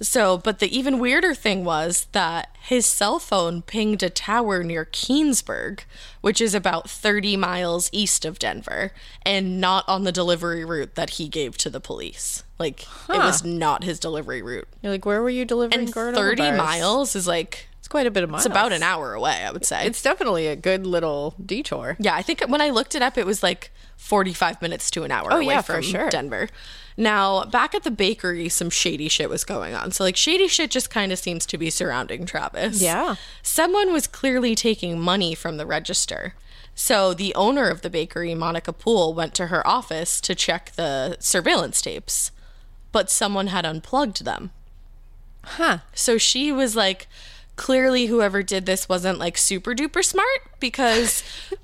Speaker 2: So, but the even weirder thing was that his cell phone pinged a tower near Keensburg, which is about 30 miles east of Denver, and not on the delivery route that he gave to the police. Like, it was not his delivery route.
Speaker 3: You're like, where were you delivering
Speaker 2: And
Speaker 3: granola
Speaker 2: 30
Speaker 3: bars?
Speaker 2: miles is like,
Speaker 3: It's quite a bit of miles.
Speaker 2: it's about an hour away, I would say.
Speaker 3: It's definitely a good little detour.
Speaker 2: Yeah, I think when I looked it up, it was like 45 minutes to an hour away
Speaker 3: Oh, yeah, for
Speaker 2: from
Speaker 3: sure.
Speaker 2: Denver. Now, back at the bakery, some shady shit was going on. So, like, shady shit just kind of seems to be surrounding Travis.
Speaker 3: Yeah.
Speaker 2: Someone was clearly taking money from the register. So, the owner of the bakery, Monica Poole, went to her office to check the surveillance tapes, but someone had unplugged them.
Speaker 3: Huh.
Speaker 2: So she was like, clearly, whoever did this wasn't like super duper smart
Speaker 3: [laughs]
Speaker 2: because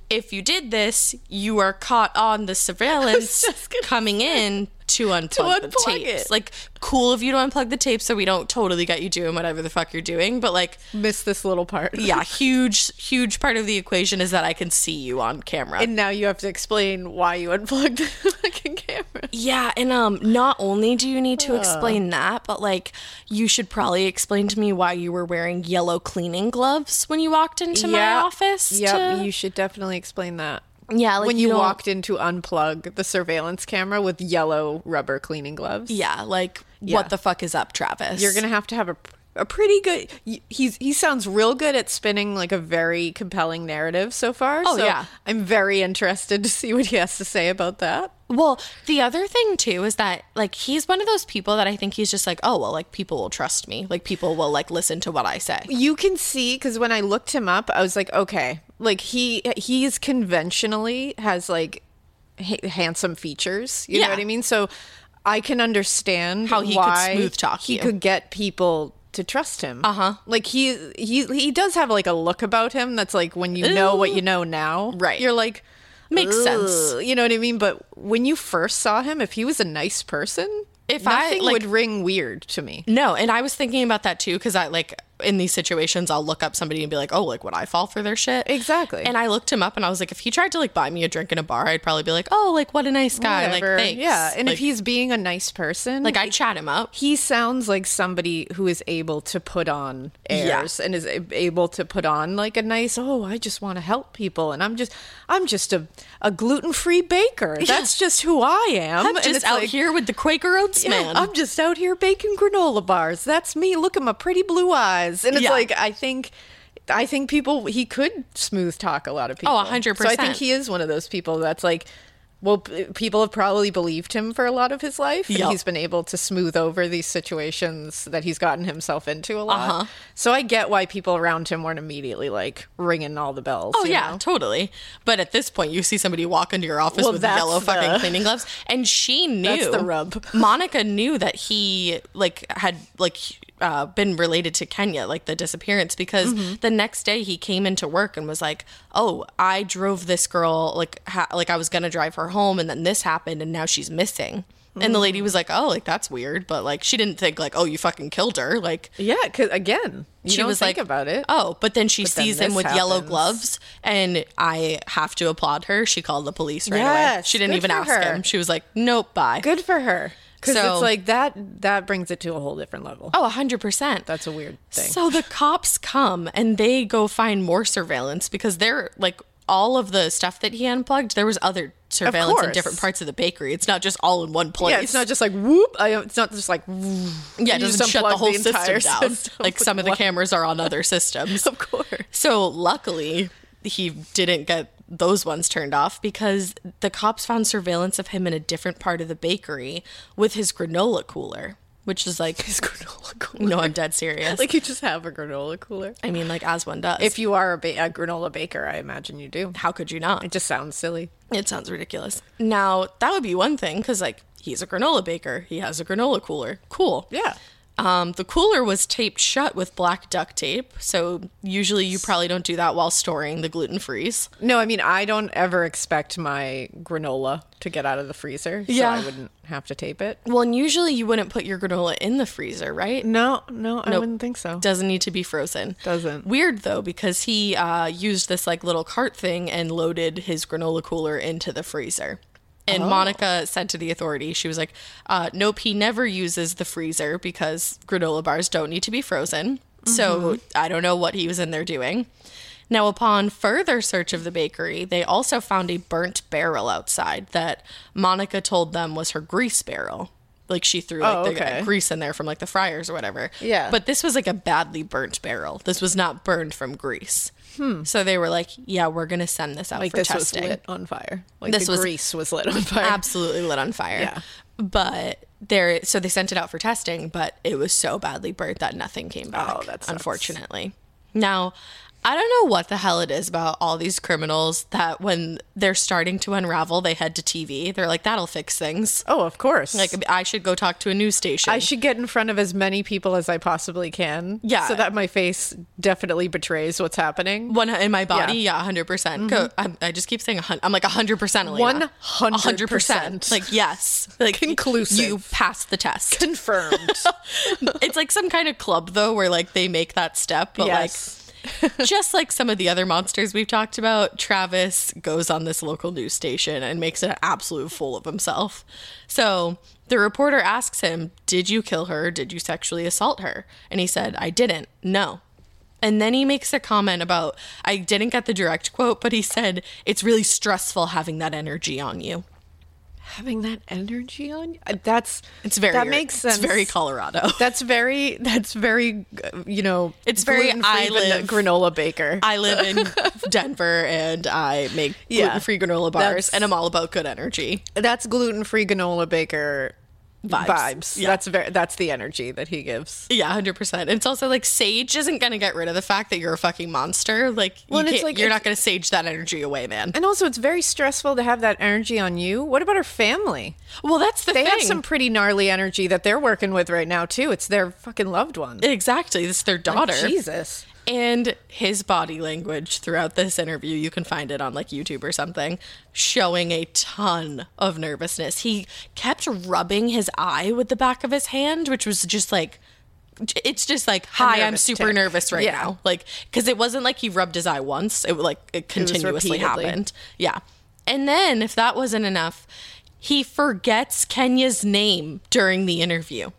Speaker 2: if you did this, you are caught on the
Speaker 3: [laughs]
Speaker 2: surveillance coming in to unplug, the
Speaker 3: unplug
Speaker 2: tapes.
Speaker 3: it.
Speaker 2: Like, cool if you don't unplug the tapes so we don't totally get you doing whatever the fuck you're doing. But like,
Speaker 3: Missed this little part.
Speaker 2: yeah, huge, huge part of the equation is that I can see you on camera.
Speaker 3: And [laughs] now you have to explain why you unplugged [laughs] the fucking camera.
Speaker 2: Yeah, and um not only do you need to explain that, but like you should probably explain to me why you were wearing yellow cleaning gloves when you walked into my office.
Speaker 3: Yep.
Speaker 2: to-
Speaker 3: You should definitely explain that.
Speaker 2: yeah, like
Speaker 3: when you,
Speaker 2: don't-
Speaker 3: walked in to unplug the surveillance camera with yellow rubber cleaning gloves.
Speaker 2: Yeah, like
Speaker 3: Yeah.
Speaker 2: what the fuck is up, Travis?
Speaker 3: You're gonna have to have a a pretty good. y- He's he sounds real good at spinning like a very compelling narrative so far.
Speaker 2: Oh,
Speaker 3: so
Speaker 2: yeah.
Speaker 3: I'm very interested to see what he has to say about that.
Speaker 2: Well, the other thing too is that like he's one of those people that I think he's just like, oh well, like people will trust me, like people will like listen to what I say.
Speaker 3: you can see because when I looked him up, I was like, okay, like he he's conventionally has like ha- handsome features. You
Speaker 2: Yeah.
Speaker 3: know what I mean? So I can understand
Speaker 2: How he could
Speaker 3: why
Speaker 2: smooth talk
Speaker 3: He
Speaker 2: you. Uh-huh.
Speaker 3: could get people to trust him. Uh huh. Like he he he does have like a look about him that's like when you know what you know now,
Speaker 2: Right.
Speaker 3: You're like.
Speaker 2: Makes sense.
Speaker 3: "Ugh," You know what I mean? But when you first saw him, if he was a nice person,
Speaker 2: If I,
Speaker 3: nothing
Speaker 2: like-
Speaker 3: would ring weird to me.
Speaker 2: No, and I was thinking about that too because I like in these situations I'll look up somebody and be like, oh, like would I fall for their shit?
Speaker 3: Exactly.
Speaker 2: And I looked him up and I was like, if he tried to like buy me a drink in a bar, I'd probably be like, oh, like what a nice guy,
Speaker 3: Whatever.
Speaker 2: like thanks.
Speaker 3: Yeah, and
Speaker 2: Like-
Speaker 3: if he's being a nice person,
Speaker 2: like I chat him up.
Speaker 3: he sounds like somebody who is able to put on airs and is a- able to put on like a nice oh i just want to help people and i'm just i'm just a, a gluten-free baker that's just who i am
Speaker 2: I'm
Speaker 3: And
Speaker 2: just
Speaker 3: it's
Speaker 2: out
Speaker 3: like,
Speaker 2: here with the Quaker Oats
Speaker 3: yeah,
Speaker 2: man.
Speaker 3: i'm just out here baking granola bars that's me look at my pretty blue eyes and it's
Speaker 2: Yeah.
Speaker 3: like i think i think people he could smooth talk a lot of people
Speaker 2: Oh, 100%.
Speaker 3: so i think he is one of those people that's like well, p- people have probably believed him for a lot of his life. and
Speaker 2: Yep.
Speaker 3: He's been able to smooth over these situations that he's gotten himself into a lot.
Speaker 2: Uh-huh.
Speaker 3: So I get why people around him weren't immediately like ringing all the bells.
Speaker 2: Oh
Speaker 3: you
Speaker 2: yeah,
Speaker 3: know?
Speaker 2: totally. But at this point, you see somebody walk into your office
Speaker 3: Well,
Speaker 2: with
Speaker 3: that's
Speaker 2: yellow
Speaker 3: the-
Speaker 2: fucking cleaning gloves, and she knew.
Speaker 3: [laughs] That's the rub.
Speaker 2: Monica knew that he like had like uh, been related to Kenya, like the disappearance, because
Speaker 3: Mm-hmm.
Speaker 2: the next day he came into work and was like, "Oh, I drove this girl like ha- like I was gonna drive her home, and then this happened, and now she's missing." And the
Speaker 3: Mm.
Speaker 2: lady was like, "Oh, like that's weird," but like she didn't think like, "Oh, you fucking killed her." Like
Speaker 3: yeah. Because again, you
Speaker 2: she
Speaker 3: don't
Speaker 2: was
Speaker 3: think
Speaker 2: like
Speaker 3: about it.
Speaker 2: Oh, but then she
Speaker 3: then
Speaker 2: sees him
Speaker 3: this
Speaker 2: with yellow
Speaker 3: happens.
Speaker 2: gloves, and I have to applaud her. She called the police right away.
Speaker 3: Yes,
Speaker 2: She didn't
Speaker 3: good
Speaker 2: even
Speaker 3: for
Speaker 2: ask
Speaker 3: her.
Speaker 2: him. She was like, "Nope, bye."
Speaker 3: good for her. Because
Speaker 2: So-
Speaker 3: it's like that. That brings it to a whole different level.
Speaker 2: Oh, hundred percent.
Speaker 3: That's a weird thing.
Speaker 2: So the cops come and they go find more surveillance because they're like all of the stuff that he unplugged. There was other surveillance in
Speaker 3: course.
Speaker 2: different parts of the bakery. It's not just all in one place.
Speaker 3: yeah, it's not just like whoop. I, it's not just like [laughs]
Speaker 2: Yeah, it
Speaker 3: You just
Speaker 2: doesn't shut the
Speaker 3: unplug
Speaker 2: whole
Speaker 3: the
Speaker 2: system
Speaker 3: entire
Speaker 2: down.
Speaker 3: system
Speaker 2: Like
Speaker 3: with
Speaker 2: some of the
Speaker 3: one-
Speaker 2: cameras are on other systems.
Speaker 3: [laughs] Of course.
Speaker 2: So luckily, he didn't get those ones turned off because the cops found surveillance of him in a different part of the bakery with his granola cooler, which is like his granola cooler. No, I'm dead serious.
Speaker 3: like you just have a granola cooler.
Speaker 2: I mean, like as one does.
Speaker 3: If you are a, ba- a granola baker, I imagine you do.
Speaker 2: how could you not?
Speaker 3: It just sounds silly.
Speaker 2: It sounds ridiculous. Now that would be one thing because like he's a granola baker, he has a granola cooler. Cool.
Speaker 3: Yeah.
Speaker 2: Um, the cooler was taped shut with black duct tape, so usually you probably don't do that while storing the gluten freeze.
Speaker 3: No, I mean I don't ever expect my granola to get out of the freezer, so
Speaker 2: Yeah.
Speaker 3: I wouldn't have to tape it.
Speaker 2: Well, and usually you wouldn't put your granola in the freezer, right?
Speaker 3: No, no, I wouldn't think so.
Speaker 2: Doesn't need to be frozen.
Speaker 3: Doesn't.
Speaker 2: Weird though, because he uh, used this like little cart thing and loaded his granola cooler into the freezer. And
Speaker 3: Oh.
Speaker 2: Monica said to the authority, she was like, uh, "Nope, he never uses the freezer because granola bars don't need to be frozen."
Speaker 3: Mm-hmm.
Speaker 2: So I don't know what he was in there doing. Now, upon further search of the bakery, they also found a burnt barrel outside that Monica told them was her grease barrel. Like she threw like
Speaker 3: Oh,
Speaker 2: the
Speaker 3: okay.
Speaker 2: grease in there from like the fryers or whatever.
Speaker 3: Yeah.
Speaker 2: But this was like a badly burnt barrel. This was not burned from grease. Hmm. So they were like, "Yeah, we're gonna send this out
Speaker 3: like
Speaker 2: for
Speaker 3: this
Speaker 2: testing."
Speaker 3: was lit on fire. Like
Speaker 2: This
Speaker 3: the
Speaker 2: was-
Speaker 3: grease was lit on fire.
Speaker 2: [laughs] Absolutely lit on fire.
Speaker 3: Yeah.
Speaker 2: But there, so they sent it out for testing, but it was so badly burnt that nothing came back.
Speaker 3: Oh, that sucks.
Speaker 2: unfortunately. Now, I don't know what the hell it is about all these criminals that when they're starting to unravel, they head to TV. They're like, "That'll fix things."
Speaker 3: oh, of course.
Speaker 2: Like, I should go talk to a news station.
Speaker 3: I should get in front of as many people as I possibly can.
Speaker 2: Yeah.
Speaker 3: So that my face definitely betrays what's happening.
Speaker 2: One in my body, yeah, hundred
Speaker 3: Mm-hmm.
Speaker 2: percent. I, I just keep saying, a hun- I'm like hundred percent, Elena.
Speaker 3: 100%.
Speaker 2: like yes, like
Speaker 3: Conclusive.
Speaker 2: You passed the test.
Speaker 3: [laughs] Confirmed.
Speaker 2: [laughs] it's like some kind of club though, where like they make that step, but
Speaker 3: yes.
Speaker 2: like just like some of the other monsters we've talked about, Travis goes on this local news station and makes an absolute fool of himself. So the reporter asks him, "Did you kill her? Did you sexually assault her?" And he said, "I didn't. No." And then he makes a comment about, I didn't get the direct quote, but he said, it's really stressful having that energy on you.
Speaker 3: having that energy on you. Uh, That's
Speaker 2: It's very
Speaker 3: that makes sense.
Speaker 2: It's very Colorado.
Speaker 3: That's very that's very uh, you know
Speaker 2: It's very
Speaker 3: gluten-free
Speaker 2: I live-
Speaker 3: granola baker.
Speaker 2: [laughs] I live in Denver and I make
Speaker 3: Yeah.
Speaker 2: gluten free granola bars
Speaker 3: That's-
Speaker 2: and I'm all about good energy.
Speaker 3: that's gluten free granola baker
Speaker 2: Vibes.
Speaker 3: vibes.
Speaker 2: Yeah.
Speaker 3: That's very that's the energy that he gives.
Speaker 2: Yeah, hundred percent. It's also like sage isn't gonna get rid of the fact that you're a fucking monster. Like, you
Speaker 3: Well, and it's
Speaker 2: can't-
Speaker 3: like-
Speaker 2: you're
Speaker 3: it's-
Speaker 2: not gonna sage that energy away, man.
Speaker 3: And also, it's very stressful to have that energy on you. What about her family?
Speaker 2: Well, that's the
Speaker 3: They
Speaker 2: thing.
Speaker 3: have some pretty gnarly energy that they're working with right now too. It's their fucking loved one.
Speaker 2: exactly. This is their daughter.
Speaker 3: Jesus.
Speaker 2: and his body language throughout this interview you can find it on like youtube or something showing a ton of nervousness he kept rubbing his eye with the back of his hand which was just like it's just like hi i'm
Speaker 3: nervous
Speaker 2: super
Speaker 3: tick.
Speaker 2: nervous right
Speaker 3: Yeah.
Speaker 2: now like because it wasn't like he rubbed his eye once it like it continuously
Speaker 3: repeatedly.
Speaker 2: happened yeah and then if that wasn't enough he forgets kenya's name during the interview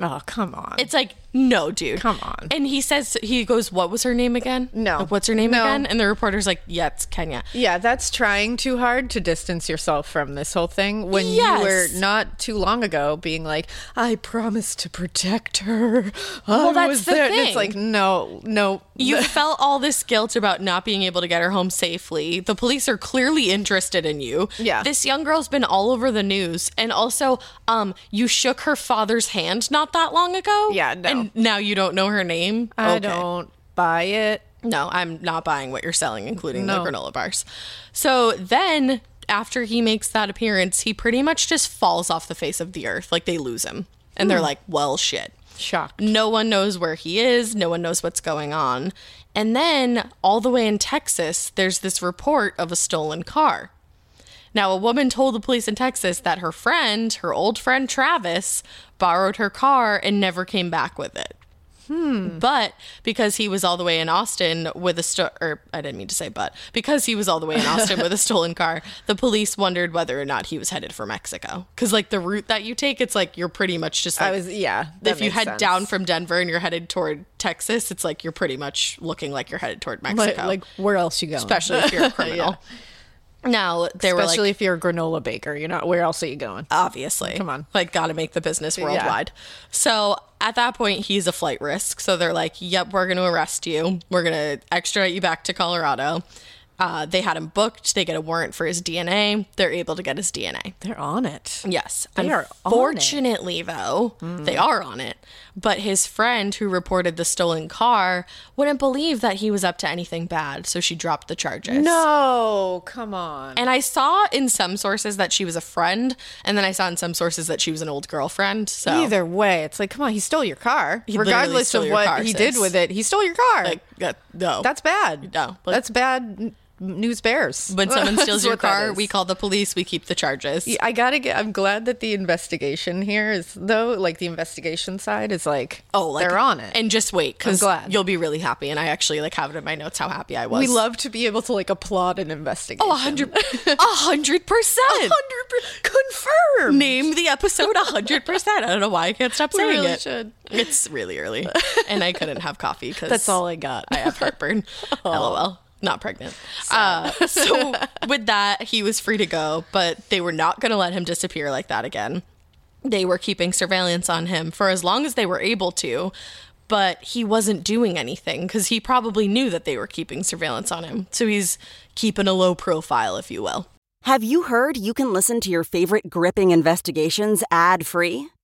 Speaker 3: Oh come on.
Speaker 2: it's like, no, dude.
Speaker 3: Come on.
Speaker 2: And he says, he goes, what was her name again?
Speaker 3: No.
Speaker 2: What's her name
Speaker 3: No.
Speaker 2: again? And the reporter's like, yeah, it's Kenya.
Speaker 3: Yeah, that's trying too hard to distance yourself from this whole thing when
Speaker 2: Yes.
Speaker 3: you were not too long ago being like, I promise to protect her.
Speaker 2: Well, that's the
Speaker 3: And
Speaker 2: thing.
Speaker 3: it's like, no, no. [laughs]
Speaker 2: You felt all this guilt about not being able to get her home safely. The police are clearly interested in you.
Speaker 3: Yeah.
Speaker 2: This young girl's been all over the news. And also, um, you shook her father's hand not that long ago.
Speaker 3: Yeah, no.
Speaker 2: And now you don't know her name.
Speaker 3: I
Speaker 2: Okay.
Speaker 3: don't buy it.
Speaker 2: No, I'm not buying what you're selling, including
Speaker 3: No.
Speaker 2: the granola bars. So then, after he makes that appearance, he pretty much just falls off the face of the earth. Like they lose him. And they're like, well, shit.
Speaker 3: Hmm. Shocked.
Speaker 2: No one knows where he is. No one knows what's going on. And then, all the way in Texas, there's this report of a stolen car. Now, a woman told the police in Texas that her friend, her old friend Travis, borrowed her car and never came back with it. But because he was all the way in Austin with a sto- or I didn't mean to say but because he was all the way in Austin
Speaker 3: [laughs]
Speaker 2: with a stolen car, the police wondered whether or not he was headed for Mexico. Because like the route that you take, it's like you're pretty much just like
Speaker 3: I was, yeah. that
Speaker 2: if you
Speaker 3: makes
Speaker 2: head
Speaker 3: sense.
Speaker 2: down from Denver and you're headed toward Texas, it's like you're pretty much looking like you're headed toward
Speaker 3: like,
Speaker 2: Mexico,
Speaker 3: like, where else you going?
Speaker 2: especially
Speaker 3: [laughs]
Speaker 2: if you're a criminal. Now they were
Speaker 3: Especially
Speaker 2: like,
Speaker 3: if you're a granola baker. You're not, where else are you going?
Speaker 2: obviously.
Speaker 3: Come on.
Speaker 2: Like, got to make the business worldwide. So at that point, he's a flight risk. So they're like, yep, we're going to arrest you. We're going to extradite you back to Colorado. Uh, they had him booked. They get a warrant for his DNA. They're able to get his DNA.
Speaker 3: They're on it.
Speaker 2: Yes.
Speaker 3: They are on it. Mm.
Speaker 2: Unfortunately, though, they are on it. But his friend who reported the stolen car wouldn't believe that he was up to anything bad. So she dropped the charges.
Speaker 3: No, come on.
Speaker 2: And I saw in some sources that she was a friend, and then I saw in some sources that she was an old girlfriend. So
Speaker 3: Either way, it's like, come on, he stole your car.
Speaker 2: literally
Speaker 3: Regardless
Speaker 2: stole
Speaker 3: of
Speaker 2: your
Speaker 3: what
Speaker 2: car,
Speaker 3: he
Speaker 2: sis.
Speaker 3: did with it, he stole your car.
Speaker 2: like, that, no,
Speaker 3: That's bad.
Speaker 2: No, Oh. but-
Speaker 3: that's bad n- news bears.
Speaker 2: when
Speaker 3: [laughs]
Speaker 2: someone
Speaker 3: That's
Speaker 2: steals your
Speaker 3: what that
Speaker 2: car,
Speaker 3: is.
Speaker 2: we call the police. We keep the charges.
Speaker 3: I gotta get. I'm glad that the investigation here is though, like the investigation side is like,
Speaker 2: Oh, like
Speaker 3: they're on it.
Speaker 2: and just wait because
Speaker 3: I'm glad.
Speaker 2: you'll be really happy. And I actually like have it in my notes how happy I was.
Speaker 3: we love to be able to like applaud an investigation.
Speaker 2: [laughs] Oh, a hundred,
Speaker 3: [laughs]
Speaker 2: [laughs] a hundred percent.
Speaker 3: confirm.
Speaker 2: Name the episode a hundred percent. I don't know why I can't stop
Speaker 3: We
Speaker 2: saying
Speaker 3: really
Speaker 2: it.
Speaker 3: should. [laughs]
Speaker 2: It's really early, and I couldn't have coffee because
Speaker 3: That's all I got. Oh.
Speaker 2: I have
Speaker 3: [laughs]
Speaker 2: heartburn. LOL. Not pregnant. Uh, so with that, he was free to go, but they were not going to let him disappear like that again. They were keeping surveillance on him for as long as they were able to, but he wasn't doing anything because he probably knew that they were keeping surveillance on him. So he's keeping a low profile, if you will.
Speaker 5: Have you heard you can listen to your favorite gripping investigations ad free?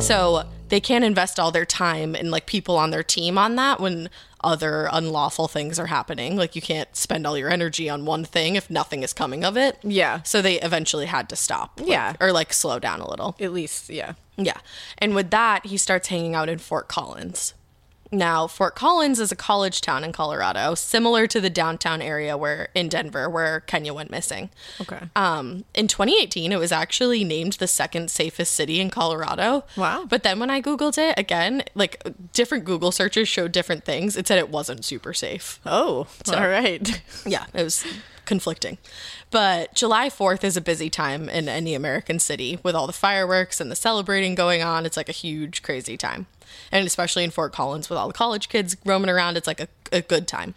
Speaker 2: So they can't invest all their time and like people on their team on that when other unlawful things are happening. Like you can't spend all your energy on one thing if nothing is coming of it.
Speaker 3: Yeah.
Speaker 2: So they eventually had to stop. like-
Speaker 3: Yeah.
Speaker 2: Or like slow down a little.
Speaker 3: At least, yeah.
Speaker 2: Yeah. And with that, he starts hanging out in Fort Collins. Now, Fort Collins is a college town in Colorado, similar to the downtown area where in Denver where Kenya went missing.
Speaker 3: Okay.
Speaker 2: Um, in 2018, it was actually named the second safest city in Colorado.
Speaker 3: Wow.
Speaker 2: But then when I Googled it again, like different Google searches showed different things. It said it wasn't super safe.
Speaker 3: Oh,
Speaker 2: [laughs]
Speaker 3: all right.
Speaker 2: Yeah, it was conflicting. But July 4th is a busy time in any American city with all the fireworks and the celebrating going on. It's like a huge, crazy time. And especially in Fort Collins with all the college kids roaming around, it's like a, a good time.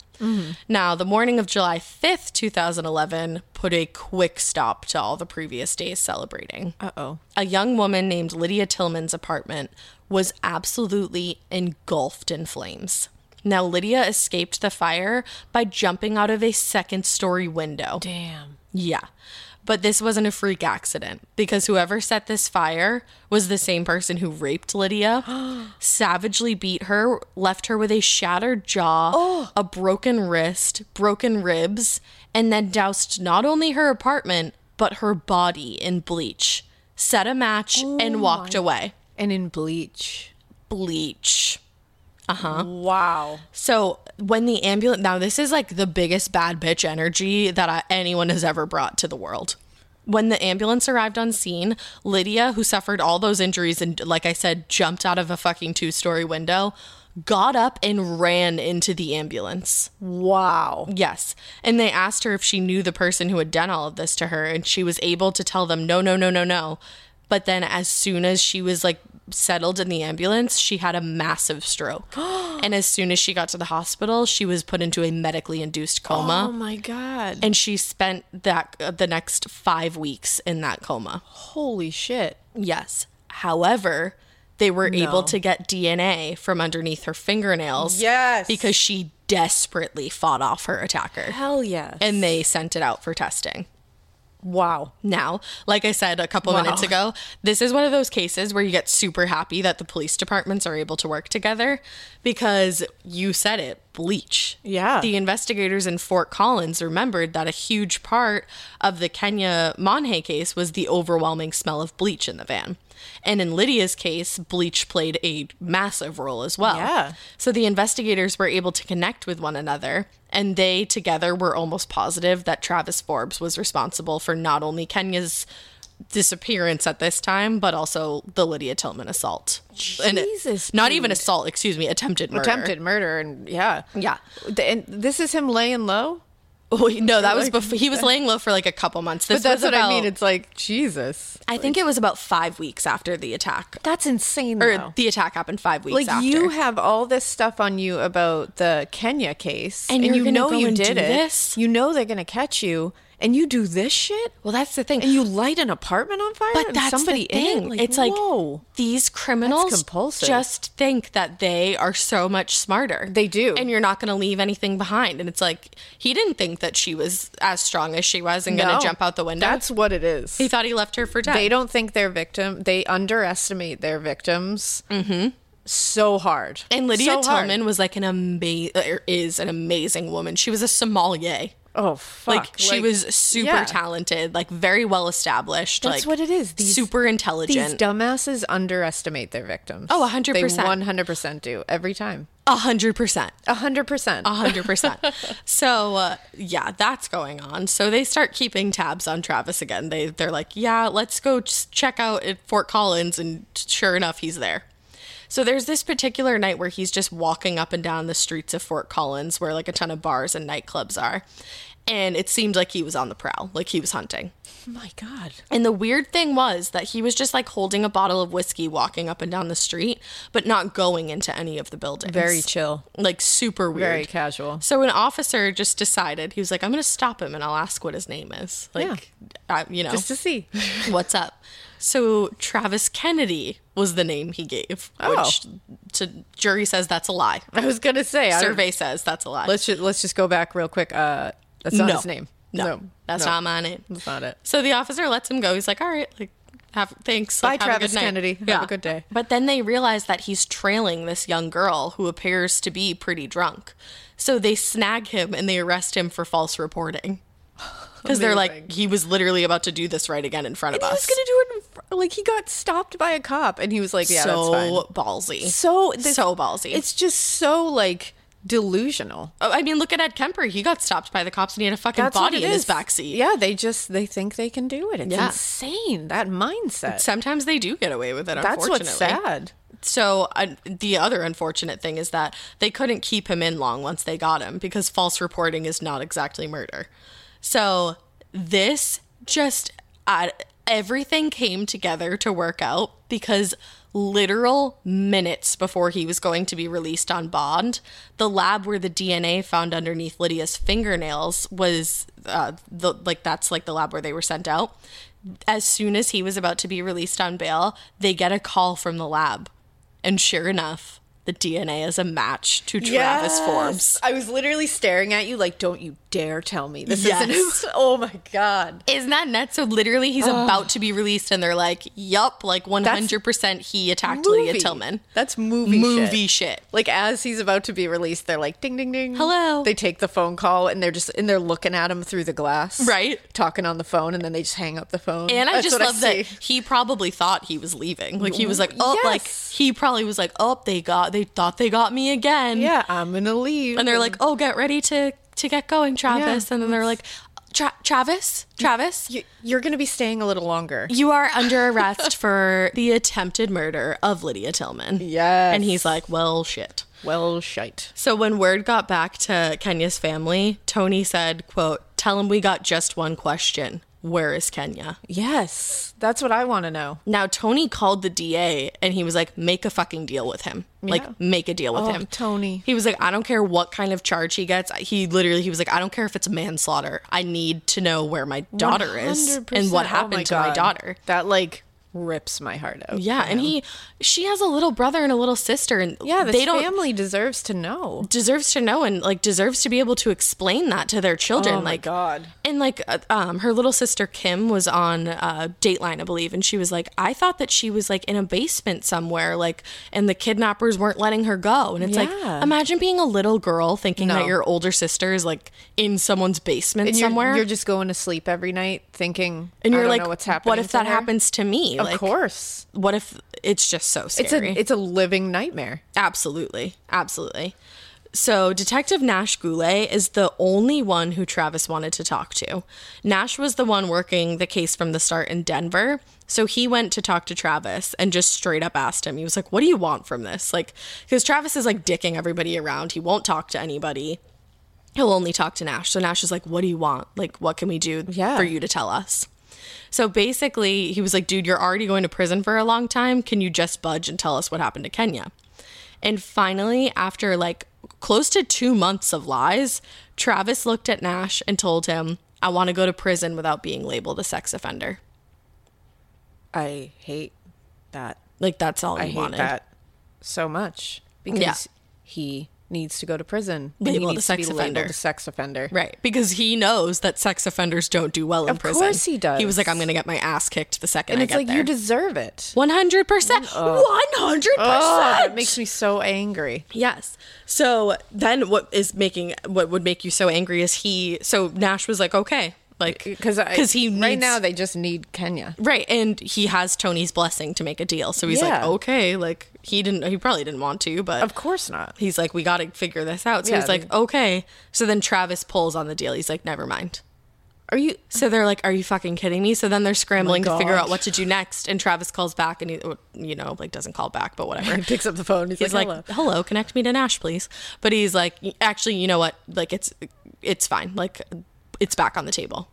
Speaker 2: Now, the morning of July 5th, 2011, put a quick stop to all the previous days celebrating. Uh
Speaker 3: Uh-oh.
Speaker 2: a young woman named Lydia Tillman's apartment was absolutely engulfed in flames. Now, Lydia escaped the fire by jumping out of a second story window.
Speaker 3: Damn.
Speaker 2: Yeah. But this wasn't a freak accident because whoever set this fire was the same person who raped Lydia, savagely beat her, left her with a shattered jaw, a broken wrist, broken ribs, and then doused not only her apartment, but her body in bleach, set a match, and walked away.
Speaker 3: And in bleach.
Speaker 2: Bleach. Uh-huh.
Speaker 3: Wow.
Speaker 2: So when the ambulance, now this is like the biggest bad bitch energy that I, anyone has ever brought to the world. When the ambulance arrived on scene, Lydia, who suffered all those injuries and, like I said, jumped out of a fucking two story window, got up and ran into the ambulance.
Speaker 3: Wow.
Speaker 2: Yes. And they asked her if she knew the person who had done all of this to her, and she was able to tell them, no, no, no, no, no. But then, as soon as she was like settled in the ambulance, she had a massive
Speaker 3: [gasps]
Speaker 2: stroke. and as soon as she got to the hospital, she was put into a medically induced coma.
Speaker 3: Oh my god.
Speaker 2: and she spent that uh, the next five weeks in that coma.
Speaker 3: Holy shit.
Speaker 2: Yes. However, they were able to get DNA from underneath her fingernails.
Speaker 3: Yes.
Speaker 2: Because she desperately fought off her attacker
Speaker 3: Hell yeah.
Speaker 2: and they sent it out for testing.
Speaker 3: wow.
Speaker 2: Now, like I said a couple minutes ago, this is one of those cases where you get super happy that the police departments are able to work together because you said it bleach.
Speaker 3: Yeah.
Speaker 2: The investigators in Fort Collins remembered that a huge part of the Kenya Monhe case was the overwhelming smell of bleach in the van. And in Lydia's case, bleach played a massive role as well.
Speaker 3: Yeah.
Speaker 2: So the investigators were able to connect with one another, and they together were almost positive that Travis Forbes was responsible for not only Kenya's disappearance at this time, but also the Lydia Tillman assault. And it-
Speaker 3: Jesus,
Speaker 2: not even assault, excuse me, attempted murder. [laughs]
Speaker 3: Attempted murder and yeah.
Speaker 2: Yeah.
Speaker 3: Th- And this is him laying low?
Speaker 2: Oh, no, that was before he was laying low for like a couple months. This
Speaker 3: But that's
Speaker 2: was
Speaker 3: what I
Speaker 2: about-
Speaker 3: mean. It's like Jesus.
Speaker 2: I think it was about five weeks after the attack.
Speaker 3: That's insane.
Speaker 2: Or
Speaker 3: though.
Speaker 2: the attack happened five weeks
Speaker 3: like
Speaker 2: after.
Speaker 3: you have all this stuff on you about the Kenya case,
Speaker 2: And you're
Speaker 3: you
Speaker 2: gonna
Speaker 3: know
Speaker 2: go
Speaker 3: you
Speaker 2: and
Speaker 3: did
Speaker 2: do
Speaker 3: it.
Speaker 2: this?
Speaker 3: You know they're gonna catch you, and you do this shit.
Speaker 2: well, that's the thing.
Speaker 3: and you light an apartment on fire.
Speaker 2: but
Speaker 3: and
Speaker 2: that's
Speaker 3: somebody
Speaker 2: the thing.
Speaker 3: In it?
Speaker 2: it's like
Speaker 3: whoa,
Speaker 2: these criminals
Speaker 3: compulsive.
Speaker 2: just think that they are so much smarter.
Speaker 3: They do.
Speaker 2: and you're not going to leave anything behind. And it's like he didn't think that she was as strong as she was and going
Speaker 3: No.
Speaker 2: to jump out the window.
Speaker 3: That's what it is.
Speaker 2: he thought he left her for dead.
Speaker 3: They don't think their victim. They underestimate their victims so hard.
Speaker 2: Mm-hmm. And Lydia
Speaker 3: so hard.
Speaker 2: Tillman was like an amazing is an amazing woman. She was a sommelier.
Speaker 3: Oh fuck!
Speaker 2: Like she was super
Speaker 3: yeah.
Speaker 2: talented, like very well established. like,
Speaker 3: That's what it is. These-
Speaker 2: super
Speaker 3: These
Speaker 2: intelligent.
Speaker 3: dumbasses underestimate their victims.
Speaker 2: Oh, 100%.
Speaker 3: They one hundred percent do every time.
Speaker 2: A hundred percent.
Speaker 3: hundred
Speaker 2: [laughs]
Speaker 3: percent.
Speaker 2: A hundred percent. So uh, yeah, that's going on. So they start keeping tabs on Travis again. They they're like, yeah, let's go just check out at Fort Collins, and sure enough, he's there. So there's this particular night where he's just walking up and down the streets of Fort Collins, where like a ton of bars and nightclubs are, and it seemed like he was on the prowl, like he was hunting.
Speaker 3: my god.
Speaker 2: And the weird thing was that he was just like holding a bottle of whiskey walking up and down the street, but not going into any of the buildings.
Speaker 3: Very chill.
Speaker 2: Like super weird.
Speaker 3: Very casual.
Speaker 2: So an officer just decided, he was like, I'm going to stop him and I'll ask what his name is. Like, I, you know,
Speaker 3: Just to see. [laughs]
Speaker 2: what's up. So Travis Kennedy was the name he gave,
Speaker 3: Oh.
Speaker 2: which to jury says that's a lie.
Speaker 3: I was gonna say. I don't-
Speaker 2: Survey says that's a lie.
Speaker 3: Let's just let's just go back real quick. Uh, that's not
Speaker 2: No.
Speaker 3: his name.
Speaker 2: No, that's not my name.
Speaker 3: That's not it.
Speaker 2: So the officer lets him go. He's like, "All right, like, have thanks.
Speaker 3: Bye,
Speaker 2: like, have
Speaker 3: Travis
Speaker 2: a good night.
Speaker 3: Kennedy. Have a good day.
Speaker 2: But then they realize that he's trailing this young girl who appears to be pretty drunk. So they snag him and they arrest him for false reporting. Because they're like, he was literally about to do this right again in front of us.
Speaker 3: do it. In fr- Like he got stopped by a cop and he was like, yeah,
Speaker 2: so
Speaker 3: that's fine.
Speaker 2: ballsy.
Speaker 3: So this-
Speaker 2: so ballsy.
Speaker 3: It's just so like delusional.
Speaker 2: Oh, I mean, look at Ed Kemper. He got stopped by the cops and he had a fucking
Speaker 3: That's what
Speaker 2: body
Speaker 3: it
Speaker 2: in his
Speaker 3: is.
Speaker 2: backseat.
Speaker 3: Yeah, they just they think they can do it. It's
Speaker 2: Yeah.
Speaker 3: insane that mindset.
Speaker 2: Sometimes they do get away with it,
Speaker 3: that's
Speaker 2: unfortunately.
Speaker 3: what's sad.
Speaker 2: So, uh, the other unfortunate thing is that they couldn't keep him in long once they got him because false reporting is not exactly murder. So, this just uh, everything came together to work out because literal minutes before he was going to be released on bond, the lab where the DNA found underneath Lydia's fingernails was uh, the like that's like the lab where they were sent out. As soon as he was about to be released on bail, they get a call from the lab. And sure enough, the DNA is a match to Travis Forbes.
Speaker 3: I was literally staring at you like, don't you dare tell me this
Speaker 2: Yes.
Speaker 3: isn't. [laughs] Oh my god.
Speaker 2: Isn't that nuts? So literally, he's about to be released, and they're like, "Yup, like one hundred percent, he attacked Lydia
Speaker 3: Movie.
Speaker 2: Tillman."
Speaker 3: That's movie.
Speaker 2: Movie
Speaker 3: shit.
Speaker 2: shit.
Speaker 3: Like as he's about to be released, they're like, ding ding ding.
Speaker 2: Hello.
Speaker 3: They take the phone call and they're just and they're looking at him through the glass,
Speaker 2: Right.
Speaker 3: Talking on the phone, and then they just hang up the phone.
Speaker 2: And I
Speaker 3: That's
Speaker 2: just
Speaker 3: what
Speaker 2: love that
Speaker 3: see.
Speaker 2: he probably thought he was leaving. Like he was like, "Oh, like
Speaker 3: Yes.
Speaker 2: he probably was like, oh, they got, they thought they got me again."
Speaker 3: Yeah, I'm gonna leave.
Speaker 2: and they're like, "Oh, get ready to to get going, Travis."
Speaker 3: Yeah.
Speaker 2: And then they're like, Tra- "Travis, Travis,
Speaker 3: "You- you're gonna be staying a little longer.
Speaker 2: you
Speaker 3: [laughs]
Speaker 2: are under arrest for the attempted murder of Lydia Tillman."
Speaker 3: Yes.
Speaker 2: And he's like, "Well, shit."
Speaker 3: Well, shite.
Speaker 2: So when word got back to Kenya's family, Tony said, "Quote: Tell him we got just one question: Where is Kenya?"
Speaker 3: Yes, that's what I want to know.
Speaker 2: Now Tony called the DA and he was like, "Make a fucking deal with him. Like, make a deal with
Speaker 3: Oh,
Speaker 2: him."
Speaker 3: Tony.
Speaker 2: He was like, "I don't care what kind of charge he gets. He literally, he was like, I don't care if it's manslaughter. I need to know where my daughter is
Speaker 3: 100%.
Speaker 2: and what
Speaker 3: Oh
Speaker 2: happened to my
Speaker 3: God.
Speaker 2: daughter."
Speaker 3: That like rips my heart out.
Speaker 2: Yeah, and he, she has a little brother and a little sister, and
Speaker 3: Yeah, this
Speaker 2: they don't
Speaker 3: family deserves to know.
Speaker 2: deserves to know and like deserves to be able to explain that to their children.
Speaker 3: Oh my
Speaker 2: like,
Speaker 3: God.
Speaker 2: And like, uh, um, her little sister Kim was on uh, Dateline, I believe, and she was like, "I thought that she was like in a basement somewhere, like, and the kidnappers weren't letting her go." And it's
Speaker 3: Yeah.
Speaker 2: like, imagine being a little girl thinking
Speaker 3: No.
Speaker 2: that your older sister is like in someone's basement
Speaker 3: And you're,
Speaker 2: somewhere,
Speaker 3: you're just going to sleep every night thinking,
Speaker 2: and you're
Speaker 3: I don't
Speaker 2: like,
Speaker 3: know what's happening.
Speaker 2: "What if
Speaker 3: to
Speaker 2: that
Speaker 3: her?"
Speaker 2: happens to me?
Speaker 3: Of
Speaker 2: like,
Speaker 3: course,
Speaker 2: What if it's just so scary?"
Speaker 3: it's a it's a living nightmare.
Speaker 2: Absolutely. Absolutely. So, Detective Nash Goulet is the only one who Travis wanted to talk to. Nash was the one working the case from the start in Denver. So, he went to talk to Travis and just straight up asked him, he was like, What do you want from this? Like, because Travis is like dicking everybody around. He won't talk to anybody. He'll only talk to Nash. So, Nash is like, What do you want? Like, what can we do
Speaker 3: Yeah.
Speaker 2: for you to tell us? So basically, he was like, dude, you're already going to prison for a long time. Can you just budge and tell us what happened to Kenya? And finally, after like close to two months of lies, Travis looked at Nash and told him, I want to go to prison without being labeled a sex offender.
Speaker 3: I hate that.
Speaker 2: Like, that's all
Speaker 3: I
Speaker 2: he
Speaker 3: hate
Speaker 2: wanted.
Speaker 3: that so much because he needs to go to prison. and he
Speaker 2: Labeled a
Speaker 3: needs
Speaker 2: sex
Speaker 3: to be
Speaker 2: offender.
Speaker 3: labeled a sex offender.
Speaker 2: Right. Because he knows that sex offenders don't do well in
Speaker 3: Of
Speaker 2: prison.
Speaker 3: course he does.
Speaker 2: He was like, I'm going to get my ass kicked the second
Speaker 3: And
Speaker 2: I
Speaker 3: it's
Speaker 2: get
Speaker 3: like
Speaker 2: there.
Speaker 3: you deserve it.
Speaker 2: 100%. 100%.
Speaker 3: Uh. Oh, that makes me so angry.
Speaker 2: Yes. So then what is making what would make you so angry is he so Nash was like, okay, like
Speaker 3: Because
Speaker 2: because he needs,
Speaker 3: right now they just need Kenya.
Speaker 2: right and he has Tony's blessing to make a deal. So he's like,
Speaker 3: Yeah.
Speaker 2: okay, like he didn't he probably didn't want to, but
Speaker 3: Of course not.
Speaker 2: he's like, we got to figure this out. So
Speaker 3: Yeah,
Speaker 2: he's
Speaker 3: I
Speaker 2: like,
Speaker 3: mean-
Speaker 2: okay. So then Travis pulls on the deal. He's like, never mind. Are you? So they're like, are you fucking kidding me? So then they're scrambling to figure
Speaker 3: Oh God.
Speaker 2: out what to do next. And Travis calls back and he, you know, like doesn't call back, but whatever.
Speaker 3: [laughs] He picks up the phone. He's,
Speaker 2: He's like,
Speaker 3: like,
Speaker 2: hello.
Speaker 3: "Hello."
Speaker 2: connect me to Nash, please. But he's like, actually, you know what? Like, it's it's fine. Like, it's back on the table.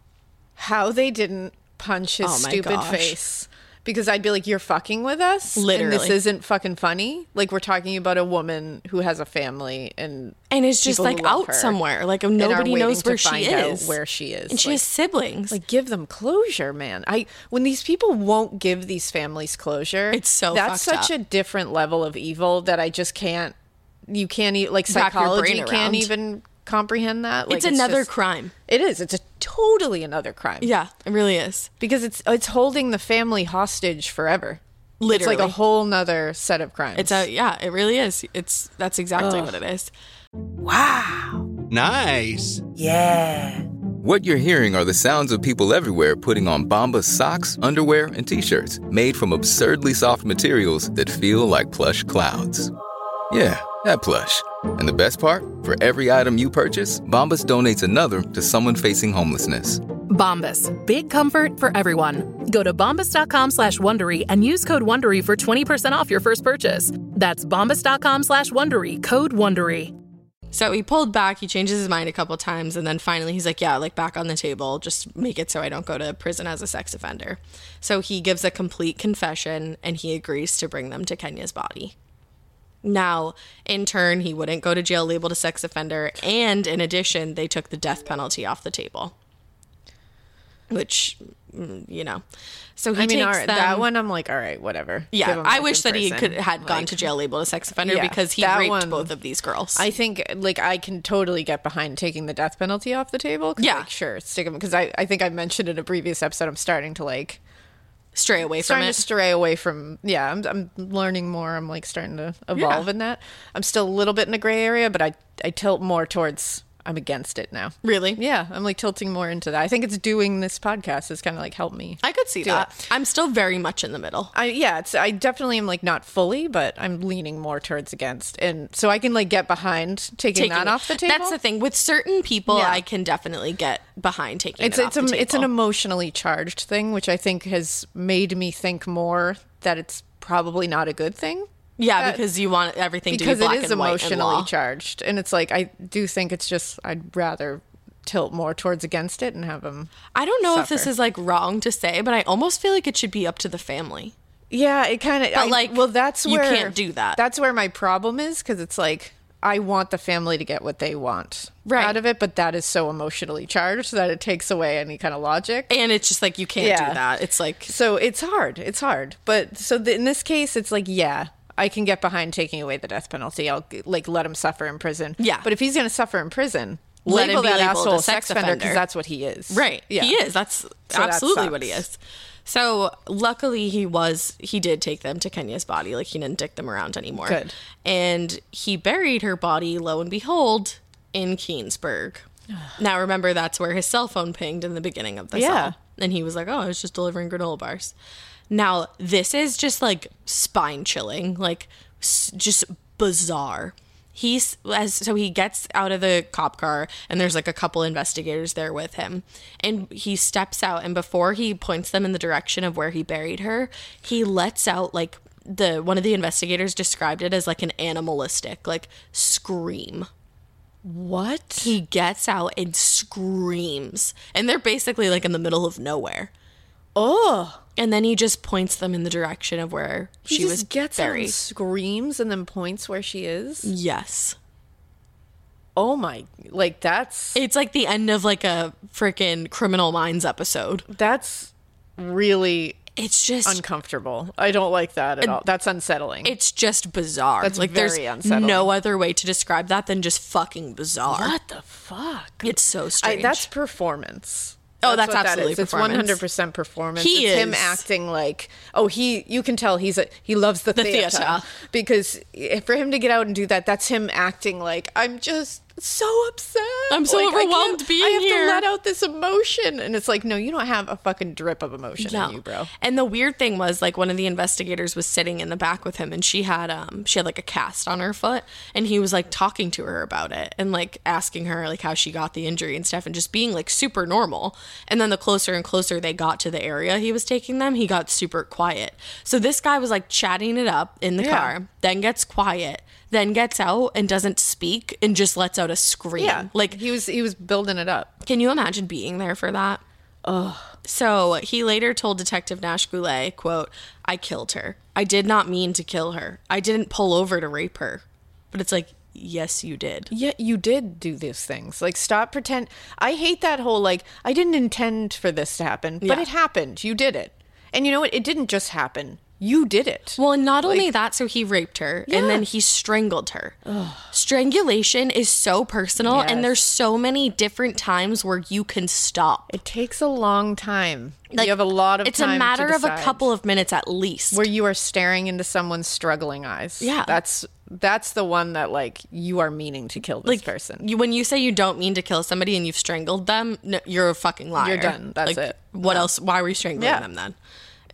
Speaker 3: how they didn't punch his
Speaker 2: Oh my
Speaker 3: stupid
Speaker 2: gosh.
Speaker 3: face. Because I'd be like, you're fucking with us. And this
Speaker 2: Literally.
Speaker 3: isn't fucking funny. Like, we're talking about a woman who has a family and.
Speaker 2: And it's just
Speaker 3: people who
Speaker 2: like
Speaker 3: love
Speaker 2: out
Speaker 3: her
Speaker 2: somewhere. Like
Speaker 3: and are
Speaker 2: nobody
Speaker 3: waiting
Speaker 2: knows
Speaker 3: to
Speaker 2: where she
Speaker 3: find out
Speaker 2: is.
Speaker 3: Where she is.
Speaker 2: and she
Speaker 3: Like,
Speaker 2: has siblings.
Speaker 3: Like, give them closure, man. I when these people won't give these families closure,
Speaker 2: It's so
Speaker 3: that's
Speaker 2: fucked
Speaker 3: such
Speaker 2: up.
Speaker 3: a different level of evil that I just can't. You can't even like
Speaker 2: Wrap your brain
Speaker 3: psychology
Speaker 2: around.
Speaker 3: can't even comprehend that. Like,
Speaker 2: it's another
Speaker 3: just-
Speaker 2: crime.
Speaker 3: It is. It's a totally another crime.
Speaker 2: Yeah, it really is.
Speaker 3: because it's it's holding the family hostage forever.
Speaker 2: Literally,
Speaker 3: It's like a whole nother set of crimes.
Speaker 2: It's a yeah. It really is. It's that's exactly what it is.
Speaker 6: Nice. What you're hearing are the sounds of people everywhere putting on Bombas socks, underwear, and t-shirts made from absurdly soft materials that feel like plush clouds. Yeah, that plush. And the best part? For every item you purchase, Bombas donates another to someone facing homelessness.
Speaker 7: Bombas. Big comfort for everyone. Go to bombas.com slash Wondery and use code Wondery for 20% off your first purchase. That's bombas.com slash Wondery. Code Wondery.
Speaker 2: So he pulled back, he changes his mind a couple times, and then finally he's like, Yeah, like back on the table, just make it so I don't go to prison as a sex offender. So he gives a complete confession and he agrees to bring them to Kenya's body. Now, in turn, he wouldn't go to jail labeled a sex offender, and in addition, they took the death penalty off the table. Which, mm, you know, so he
Speaker 3: I mean,
Speaker 2: takes
Speaker 3: all right,
Speaker 2: them-
Speaker 3: that one I'm like, all right, whatever. Give
Speaker 2: Yeah,
Speaker 3: 'em
Speaker 2: I
Speaker 3: back
Speaker 2: wish
Speaker 3: in
Speaker 2: that he
Speaker 3: person.
Speaker 2: could had gone to jail labeled a sex offender
Speaker 3: Yeah,
Speaker 2: because he
Speaker 3: that
Speaker 2: raped
Speaker 3: one-
Speaker 2: both of these girls.
Speaker 3: I think like I can totally get behind taking the death penalty off the table. 'cause,
Speaker 2: Yeah.
Speaker 3: like, sure, stick them because I, I think I mentioned in a previous episode I'm starting to like
Speaker 2: stray away from
Speaker 3: starting to
Speaker 2: it.
Speaker 3: stray away from yeah I'm I'm learning more I'm like starting to evolve in that I'm still a little bit in the gray area but I I tilt more towards I'm against it now
Speaker 2: Really?
Speaker 3: yeah I'm like tilting more into that I think it's doing this podcast has kind of like helped me
Speaker 2: I could see
Speaker 3: do
Speaker 2: that.
Speaker 3: it.
Speaker 2: I'm still very much in the middle.
Speaker 3: I yeah, it's I definitely am like not fully, but I'm leaning more towards against, and so I can like get behind taking, that off the table.
Speaker 2: That's the thing with certain people.
Speaker 3: Yeah.
Speaker 2: I can definitely get behind taking
Speaker 3: It's
Speaker 2: it
Speaker 3: it's
Speaker 2: off
Speaker 3: a,
Speaker 2: the
Speaker 3: it's an
Speaker 2: table.
Speaker 3: emotionally charged thing, which I think has made me think more that it's probably not a good thing
Speaker 2: yeah because you want everything
Speaker 3: uh, because
Speaker 2: to be black
Speaker 3: it is
Speaker 2: and white and
Speaker 3: emotionally
Speaker 2: law.
Speaker 3: charged, and it's like I do think it's just I'd rather tilt more towards against it and have them.
Speaker 2: I don't know if this is like wrong to say, but I almost feel like it should be up to the family.
Speaker 3: Yeah, it kind of.
Speaker 2: like,
Speaker 3: well, that's
Speaker 2: you
Speaker 3: where
Speaker 2: can't do that.
Speaker 3: That's where my problem is because it's like I want the family to get what they want
Speaker 2: Right.
Speaker 3: out of it, but that is so emotionally charged that it takes away any kind of logic.
Speaker 2: And it's just like you can't
Speaker 3: Yeah.
Speaker 2: do that. It's like
Speaker 3: so it's hard. It's hard. But so th- in this case, it's like yeah. I can get behind taking away the death penalty. I'll like let him suffer in prison.
Speaker 2: Yeah.
Speaker 3: but if he's going to suffer in prison,
Speaker 2: Let him
Speaker 3: label
Speaker 2: be
Speaker 3: that
Speaker 2: labeled
Speaker 3: asshole
Speaker 2: a sex
Speaker 3: offender because
Speaker 2: offender.
Speaker 3: that's what he is.
Speaker 2: Right.
Speaker 3: Yeah.
Speaker 2: He is. That's
Speaker 3: that
Speaker 2: absolutely what he
Speaker 3: sucks.
Speaker 2: is. So luckily he was he did take them to Kenya's body. Like he didn't dick them around anymore.
Speaker 3: Good.
Speaker 2: And he buried her body, lo and behold, in
Speaker 3: [sighs]
Speaker 2: Keensburg. now remember that's where his cell phone pinged in the beginning of the
Speaker 3: Yeah.
Speaker 2: cell. And he was like, Oh, I was just delivering granola bars. Now this is just like spine chilling, like s- just bizarre he's as so he gets out of the cop car and there's like a couple investigators there with him and he steps out and before he points them in the direction of where he buried her he lets out like the one of the investigators described it as like an animalistic like scream
Speaker 3: What?
Speaker 2: he gets out and screams and they're basically like in the middle of nowhere
Speaker 3: Oh,
Speaker 2: and then he just points them in the direction of where
Speaker 3: He
Speaker 2: she
Speaker 3: just
Speaker 2: was
Speaker 3: gets out and
Speaker 2: buried
Speaker 3: screams and then points where she is.
Speaker 2: yes
Speaker 3: Oh my! Like that's
Speaker 2: it's like the end of like a freaking criminal minds episode
Speaker 3: that's really
Speaker 2: it's just
Speaker 3: uncomfortable. I don't like that at all. That's unsettling.
Speaker 2: it's just bizarre.
Speaker 3: That's
Speaker 2: like
Speaker 3: very
Speaker 2: there's
Speaker 3: unsettling.
Speaker 2: no other way to describe that than just fucking bizarre.
Speaker 3: what the fuck?
Speaker 2: It's so
Speaker 3: I,
Speaker 2: strange.
Speaker 3: that's performance.
Speaker 2: Oh, that's
Speaker 3: what
Speaker 2: absolutely
Speaker 3: It's one
Speaker 2: performance.
Speaker 3: hundred percent performance.
Speaker 2: He
Speaker 3: it's him
Speaker 2: is-
Speaker 3: acting like oh he. You can tell he's a he loves the,
Speaker 2: The
Speaker 3: theater,
Speaker 2: theater.
Speaker 3: because if- for him to get out and do that, that's him acting like I'm just so upset.
Speaker 2: I'm so
Speaker 3: Like, I can't-
Speaker 2: overwhelmed being
Speaker 3: I have
Speaker 2: here."
Speaker 3: to let out this emotion, and it's like no, you don't have a fucking drip of emotion
Speaker 2: no.
Speaker 3: in you, bro.
Speaker 2: And the weird thing was like one of the investigators was sitting in the back with him and she had um she had like a cast on her foot and he was like talking to her about it and like asking her like how she got the injury and stuff and just being like super normal. And then the closer and closer they got to the area he was taking them, he got super quiet. So this guy was like chatting it up in the
Speaker 3: Yeah.
Speaker 2: car, then gets quiet, then gets out and doesn't speak and just lets out a scream.
Speaker 3: Yeah,
Speaker 2: Like
Speaker 3: he was he was building it up.
Speaker 2: Can you imagine being there for that? Ugh. So he later told Detective Nash Goulet, quote, I killed her. I did not mean to kill her. I didn't pull over to rape her. But it's like, yes, you did.
Speaker 3: Yeah, you did do these things. Like, stop pretend. I hate that whole like I didn't intend for this to happen, but
Speaker 2: Yeah.
Speaker 3: it happened. You did it, and you know what? It didn't just happen. You did it.
Speaker 2: Well, and not only that, so he raped her and then he strangled her. Strangulation is so personal,
Speaker 3: Yes.
Speaker 2: and there's so many different times where you can stop.
Speaker 3: It takes a long time. you have a lot of
Speaker 2: It's
Speaker 3: time
Speaker 2: a
Speaker 3: to
Speaker 2: matter of a
Speaker 3: decide.
Speaker 2: couple of minutes at least.
Speaker 3: where you are staring into someone's struggling eyes.
Speaker 2: Yeah.
Speaker 3: That's that's the one that like you are meaning to kill this person.
Speaker 2: You, when you say you don't mean to kill somebody and you've strangled them, no, you're a fucking liar.
Speaker 3: done. That's it.
Speaker 2: What else? Why were you strangling
Speaker 3: Yeah.
Speaker 2: them then?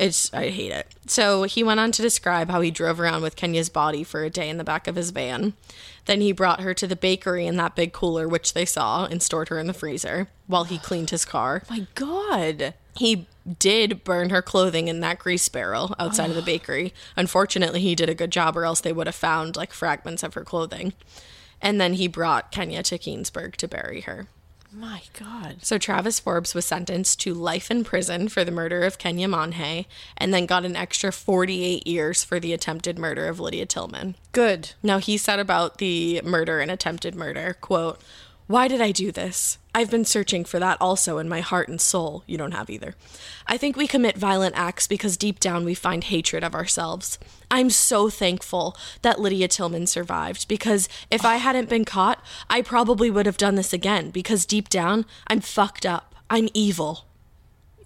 Speaker 2: It's I hate it. So he went on to describe how he drove around with Kenya's body for a day in the back of his van. Then he brought her to the bakery in that big cooler which they saw and stored her in the freezer while he cleaned his car.
Speaker 3: my god.
Speaker 2: He did burn her clothing in that grease barrel outside of the bakery. Unfortunately, he did a good job, or else they would have found like fragments of her clothing. And then he brought Kenya to Keensburg to bury her.
Speaker 3: My god.
Speaker 2: So Travis Forbes was sentenced to life in prison for the murder of Kenya Monhe and then got an extra 48 years for the attempted murder of Lydia Tillman.
Speaker 3: Good.
Speaker 2: Now he said about the murder and attempted murder, quote, "Why did I do this? I've been searching for that also in my heart and soul. You don't have either. I think we commit violent acts because deep down we find hatred of ourselves. I'm so thankful that Lydia Tillman survived because if I hadn't been caught, I probably would have done this again because deep down I'm fucked up. I'm evil.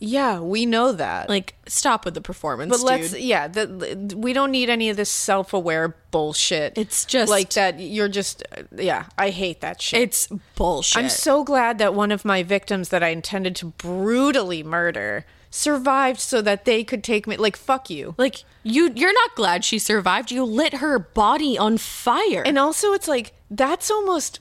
Speaker 3: Yeah, we know that.
Speaker 2: Like stop with the performance,
Speaker 3: but let's
Speaker 2: dude.
Speaker 3: yeah, the, we don't need any of this self-aware bullshit.
Speaker 2: It's just-
Speaker 3: like that you're just uh, yeah, I hate that shit.
Speaker 2: It's bullshit.
Speaker 3: I'm so glad that one of my victims that I intended to brutally murder survived so that they could take me like fuck you.
Speaker 2: Like you you're not glad she survived. You lit her body on fire.
Speaker 3: And also, it's like that's almost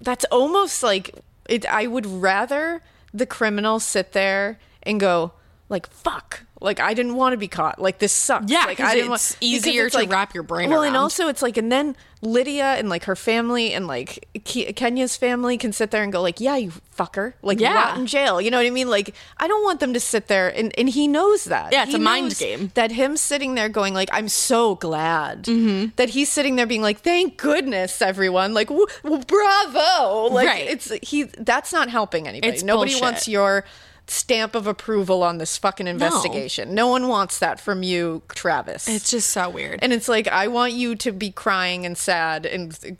Speaker 3: that's almost like it. I would rather the criminal sit there and go like fuck. Like I didn't want to be caught. Like this sucks.
Speaker 2: Yeah,
Speaker 3: like
Speaker 2: 'cause
Speaker 3: I didn't
Speaker 2: it's
Speaker 3: because
Speaker 2: easier to wrap your brain
Speaker 3: Well, and
Speaker 2: around.
Speaker 3: also it's like, and then Lydia and like her family and like Ke- Kenya's family can sit there and go like, yeah, you fucker, like
Speaker 2: Yeah.
Speaker 3: rot in jail. You know what I mean? Like I don't want them to sit there, and and he knows that.
Speaker 2: Yeah, it's
Speaker 3: He
Speaker 2: a mind
Speaker 3: knows
Speaker 2: game.
Speaker 3: That him sitting there going like, "I'm so glad,"
Speaker 2: Mm-hmm.
Speaker 3: that he's sitting there being like, "Thank goodness, everyone!" Like, w- w- "Bravo!" Like,
Speaker 2: Right.
Speaker 3: it's he. That's not helping anybody.
Speaker 2: It's
Speaker 3: Nobody
Speaker 2: bullshit.
Speaker 3: wants your stamp of approval on this fucking investigation. No. one wants that from you, Travis.
Speaker 2: it's just so weird.
Speaker 3: and it's like I want you to be crying and sad and.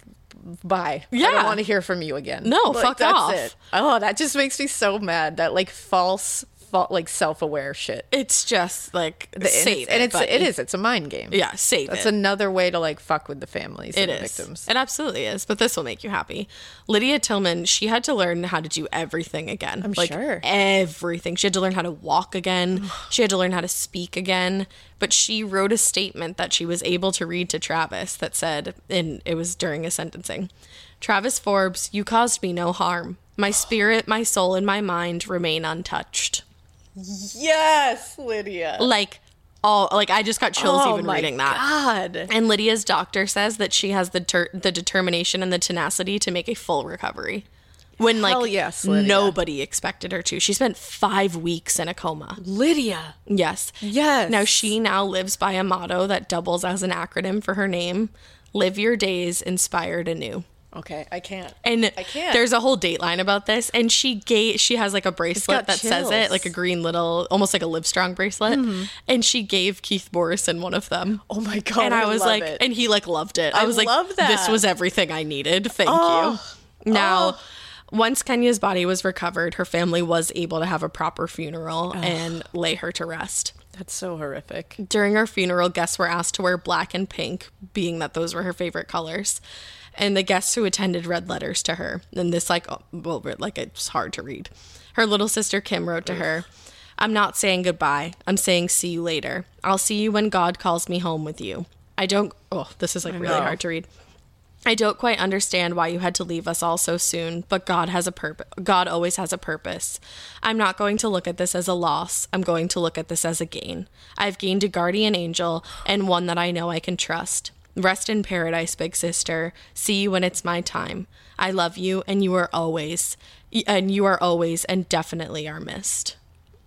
Speaker 3: Bye. I
Speaker 2: Yeah.
Speaker 3: don't want to hear from you again.
Speaker 2: No,
Speaker 3: Like,
Speaker 2: fuck
Speaker 3: that's
Speaker 2: off.
Speaker 3: It. Oh, that just makes me so mad. That like false, fa- like self-aware shit.
Speaker 2: it's just like
Speaker 3: The- and
Speaker 2: save
Speaker 3: it's, and
Speaker 2: it,
Speaker 3: it's
Speaker 2: buddy.
Speaker 3: it is it's a mind game.
Speaker 2: Yeah, save
Speaker 3: That's
Speaker 2: it.
Speaker 3: another way to like fuck with the families
Speaker 2: It
Speaker 3: and the
Speaker 2: is.
Speaker 3: victims.
Speaker 2: It absolutely is. But this will make you happy. Lydia Tillman, she had to learn how to do everything again. I'm like,
Speaker 3: sure.
Speaker 2: Everything. She had to learn how to walk
Speaker 3: [sighs]
Speaker 2: again. she had to learn how to speak again. But she wrote a statement that she was able to read to Travis that said, and it was during a sentencing Travis Forbes, you caused me no harm.
Speaker 3: [sighs]
Speaker 2: My spirit, my soul, and my mind remain untouched.
Speaker 3: Yes, Lydia.
Speaker 2: Like, all, like I just got chills
Speaker 3: Oh
Speaker 2: even
Speaker 3: my
Speaker 2: reading that.
Speaker 3: God.
Speaker 2: And Lydia's doctor says that she has the ter- the determination and the tenacity to make a full recovery. When
Speaker 3: Hell
Speaker 2: like
Speaker 3: yes, Lydia.
Speaker 2: nobody expected her to. She spent 5 weeks in a coma.
Speaker 3: Lydia.
Speaker 2: Yes.
Speaker 3: Yes.
Speaker 2: Now she now lives by a motto that doubles as an acronym for her name, live your days inspired anew.
Speaker 3: Okay, I can't.
Speaker 2: And
Speaker 3: I can't.
Speaker 2: there's a whole dateline about this. And she gave she has like a bracelet
Speaker 3: got
Speaker 2: that says it,
Speaker 3: chills. Mm-hmm.
Speaker 2: like a green little, almost like a Live Strong bracelet. And she gave Keith Morrison one of them.
Speaker 3: Oh my
Speaker 2: [laughs]
Speaker 3: God,
Speaker 2: And I,
Speaker 3: I
Speaker 2: was
Speaker 3: love
Speaker 2: like,
Speaker 3: it.
Speaker 2: and he like loved it. I,
Speaker 3: I
Speaker 2: was like,
Speaker 3: love that. Oh.
Speaker 2: this was everything I needed. Thank you. Now. Once Kenya's body was recovered, her family was able to have a proper funeral and lay her to rest.
Speaker 3: That's so horrific.
Speaker 2: During her funeral, guests were asked to wear black and pink, being that those were her favorite colors. And the guests who attended read letters to her. And this, like, uh, well, like it's hard to read. Her little sister Kim wrote to her, I'm not saying goodbye. I'm saying see you later. I'll see you when God calls me home with you. I don't, oh, this is like really hard to read. I don't quite understand why you had to leave us all so soon, but God has a purpose. God always has a purpose. I'm not going to look at this as a loss. I'm going to look at this as a gain. I've gained a guardian angel and one that I know I can trust. Rest in paradise, big sister. See you when it's my time. I love you and you are always and you are always and definitely are missed.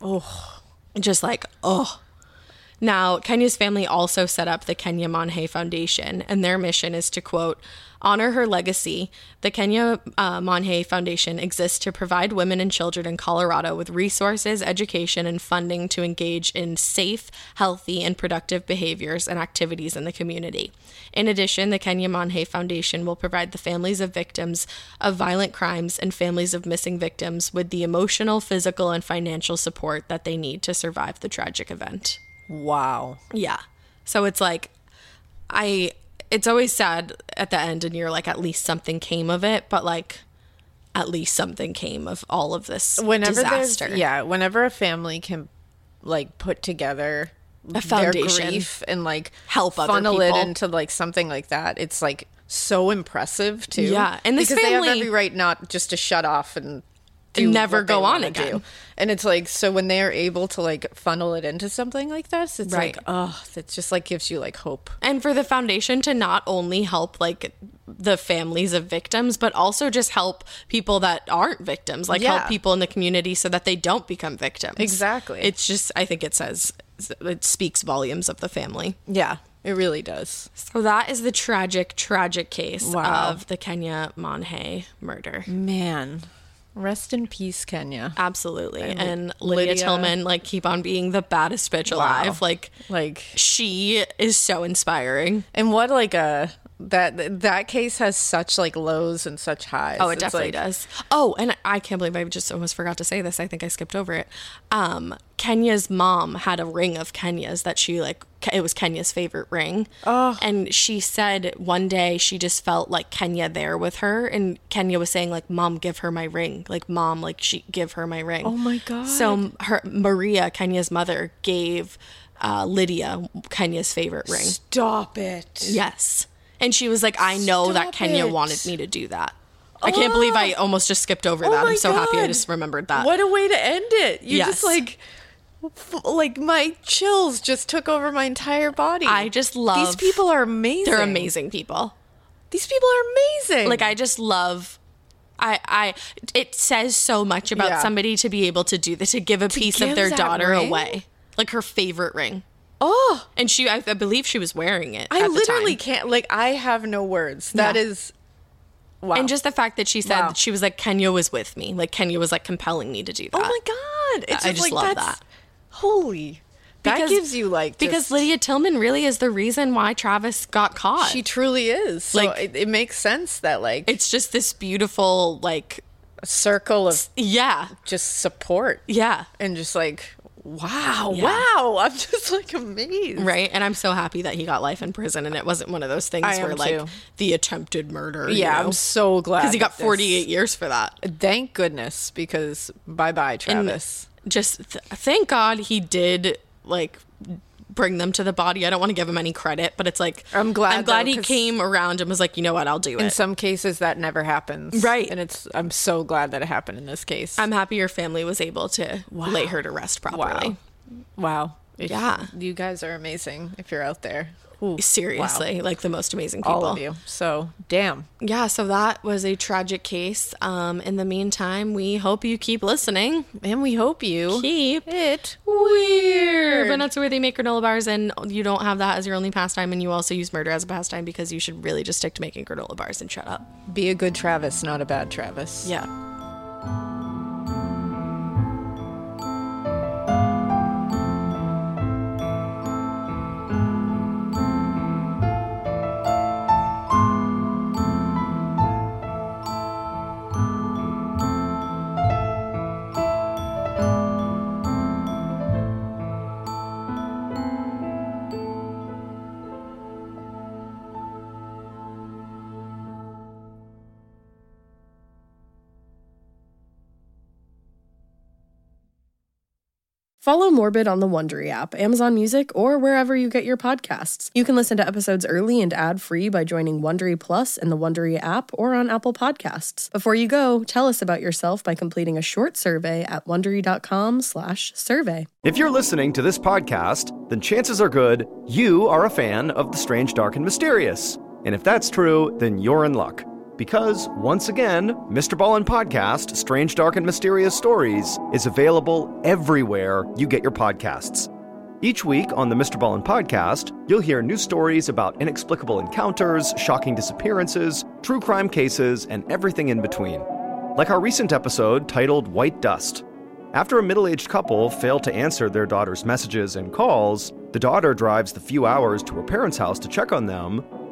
Speaker 2: Oh, just like, oh. Now, Kenya's family also set up the Kenya Monhe Foundation, and their mission is to quote, honor her legacy. The Kenya uh, Monhe Foundation exists to provide women and children in Colorado with resources, education, and funding to engage in safe, healthy, and productive behaviors and activities in the community. In addition, the Kenya Monhe Foundation will provide the families of victims of violent crimes and families of missing victims with the emotional, physical, and financial support that they need to survive the tragic event.
Speaker 3: Wow.
Speaker 2: Yeah. So it's like I it's always sad at the end and you're like at least something came of it, but like at least something came of all of this
Speaker 3: Whenever there's-
Speaker 2: disaster.
Speaker 3: yeah, whenever a family can like put together
Speaker 2: A foundation.
Speaker 3: their grief and like
Speaker 2: Help other
Speaker 3: funnel it
Speaker 2: people.
Speaker 3: into like something like that, it's like so impressive too.
Speaker 2: Yeah, and this
Speaker 3: because they have
Speaker 2: family-
Speaker 3: every right not just to shut off and.
Speaker 2: And
Speaker 3: do
Speaker 2: never
Speaker 3: what they
Speaker 2: go on
Speaker 3: wanna
Speaker 2: again.
Speaker 3: do. and it's like so when they are able to like funnel it into something like this, it's
Speaker 2: Right.
Speaker 3: like oh, that just like gives you like hope.
Speaker 2: And for the foundation to not only help like the families of victims, but also just help people that aren't victims, like
Speaker 3: Yeah.
Speaker 2: help people in the community so that they don't become victims.
Speaker 3: Exactly.
Speaker 2: It's just I think it says it speaks volumes of the family.
Speaker 3: Yeah, it really does.
Speaker 2: So that is the tragic, tragic case
Speaker 3: Wow. Mm.
Speaker 2: of the Kenya Monhe murder.
Speaker 3: Man, rest in peace, Kenya.
Speaker 2: Absolutely. And Lydia,
Speaker 3: Lydia-
Speaker 2: Tillman, like, keep on being the baddest bitch alive. Like,
Speaker 3: Like
Speaker 2: she is so inspiring.
Speaker 3: And what like a that that case has such like lows and such highs.
Speaker 2: Oh, it
Speaker 3: It's
Speaker 2: definitely
Speaker 3: like-
Speaker 2: does. Oh, and I can't believe I just almost forgot to say this. I think I skipped over it. Um, Kenya's mom had a ring of Kenya's that she like. Ke- It was Kenya's favorite ring. Oh. And she said one day she just felt like Kenya there with her, and Kenya was saying like, "Mom, give her my ring." Like, "Mom, like she give her my ring." Oh
Speaker 3: my God.
Speaker 2: So her Maria Kenya's mother gave uh, Lydia Kenya's favorite ring.
Speaker 3: Stop it.
Speaker 2: Yes. And she was like, I know that
Speaker 3: Stop
Speaker 2: Kenya
Speaker 3: it. Oh.
Speaker 2: wanted me to do that. I can't believe I almost just skipped over that.
Speaker 3: my
Speaker 2: I'm so happy I
Speaker 3: God.
Speaker 2: just remembered that.
Speaker 3: What a way to end it. You
Speaker 2: Yes.
Speaker 3: just like f- like my chills just took over my entire body.
Speaker 2: I just love
Speaker 3: These people are amazing.
Speaker 2: They're amazing people.
Speaker 3: These people are amazing.
Speaker 2: Like I just love I I it says so much about
Speaker 3: Yeah.
Speaker 2: somebody to be able to do that to give a piece of
Speaker 3: give
Speaker 2: their
Speaker 3: that
Speaker 2: daughter
Speaker 3: ring?
Speaker 2: away. Like her favorite ring.
Speaker 3: Oh,
Speaker 2: And she I, I believe she was wearing it.
Speaker 3: I
Speaker 2: at the
Speaker 3: literally
Speaker 2: time.
Speaker 3: can't like I have no words. That
Speaker 2: Yeah.
Speaker 3: is wow.
Speaker 2: And just the fact that she said
Speaker 3: Wow.
Speaker 2: that she was like Kenya was with me. Like Kenya was like compelling me to do that.
Speaker 3: Oh my god. It's
Speaker 2: I just
Speaker 3: like
Speaker 2: love
Speaker 3: that's
Speaker 2: that.
Speaker 3: holy. that gives you like
Speaker 2: because
Speaker 3: just-
Speaker 2: Lydia Tillman really is the reason why Travis got caught.
Speaker 3: She truly is. So
Speaker 2: Like-
Speaker 3: like it, it makes sense that like
Speaker 2: it's just this beautiful like
Speaker 3: a circle of
Speaker 2: yeah
Speaker 3: just support
Speaker 2: yeah
Speaker 3: and just like wow,
Speaker 2: Yeah.
Speaker 3: wow. I'm just like amazed.
Speaker 2: right and i'm so happy that he got life in prison and it wasn't one of those things
Speaker 3: I am
Speaker 2: where like
Speaker 3: too.
Speaker 2: the attempted murder
Speaker 3: Yeah, I'm so glad
Speaker 2: because he got
Speaker 3: that this-
Speaker 2: 48 years for that
Speaker 3: Thank goodness because bye bye Travis.
Speaker 2: just th- thank god he did like bring them to the body i don't want to give him any credit but it's like
Speaker 3: I'm glad,
Speaker 2: i'm glad
Speaker 3: though,
Speaker 2: he
Speaker 3: 'cause-
Speaker 2: came around and was like you know what i'll do
Speaker 3: in
Speaker 2: it
Speaker 3: some cases that never happens.
Speaker 2: Right.
Speaker 3: And it's I'm so glad that it happened in this case.
Speaker 2: i'm happy your family was able to lay her to rest properly
Speaker 3: wow. If-
Speaker 2: Yeah.
Speaker 3: You guys are amazing if you're out there.
Speaker 2: seriously like the most amazing people
Speaker 3: All of you. So damn.
Speaker 2: yeah, so that was a tragic case. Um, in the meantime, we hope you keep listening.
Speaker 3: And we hope you
Speaker 2: Keep
Speaker 3: it
Speaker 2: weird. But not so where they make granola bars and you don't have that as your only pastime and you also use murder as a pastime because you should really just stick to making granola bars and shut up.
Speaker 3: be a good Travis, not a bad Travis.
Speaker 2: Yeah.
Speaker 1: Follow Morbid on the Wondery app, Amazon Music, or wherever you get your podcasts. You can listen to episodes early and ad-free by joining Wondery Plus in the Wondery app or on Apple Podcasts. Before you go, tell us about yourself by completing a short survey at wondery.com/survey.
Speaker 8: If you're listening to this podcast, then chances are good you are a fan of the strange, dark, and mysterious. And if that's true, then you're in luck. Because, once again, Mr. Ballin Podcast, Strange, Dark, and Mysterious Stories, is available everywhere you get your podcasts. Each week on the Mr. Ballin podcast, you'll hear new stories about inexplicable encounters, shocking disappearances, true crime cases, and everything in between. Like our recent episode titled White Dust. After a middle aged couple fail to answer their daughter's messages and calls, the daughter drives the few hours to her parents' house to check on them.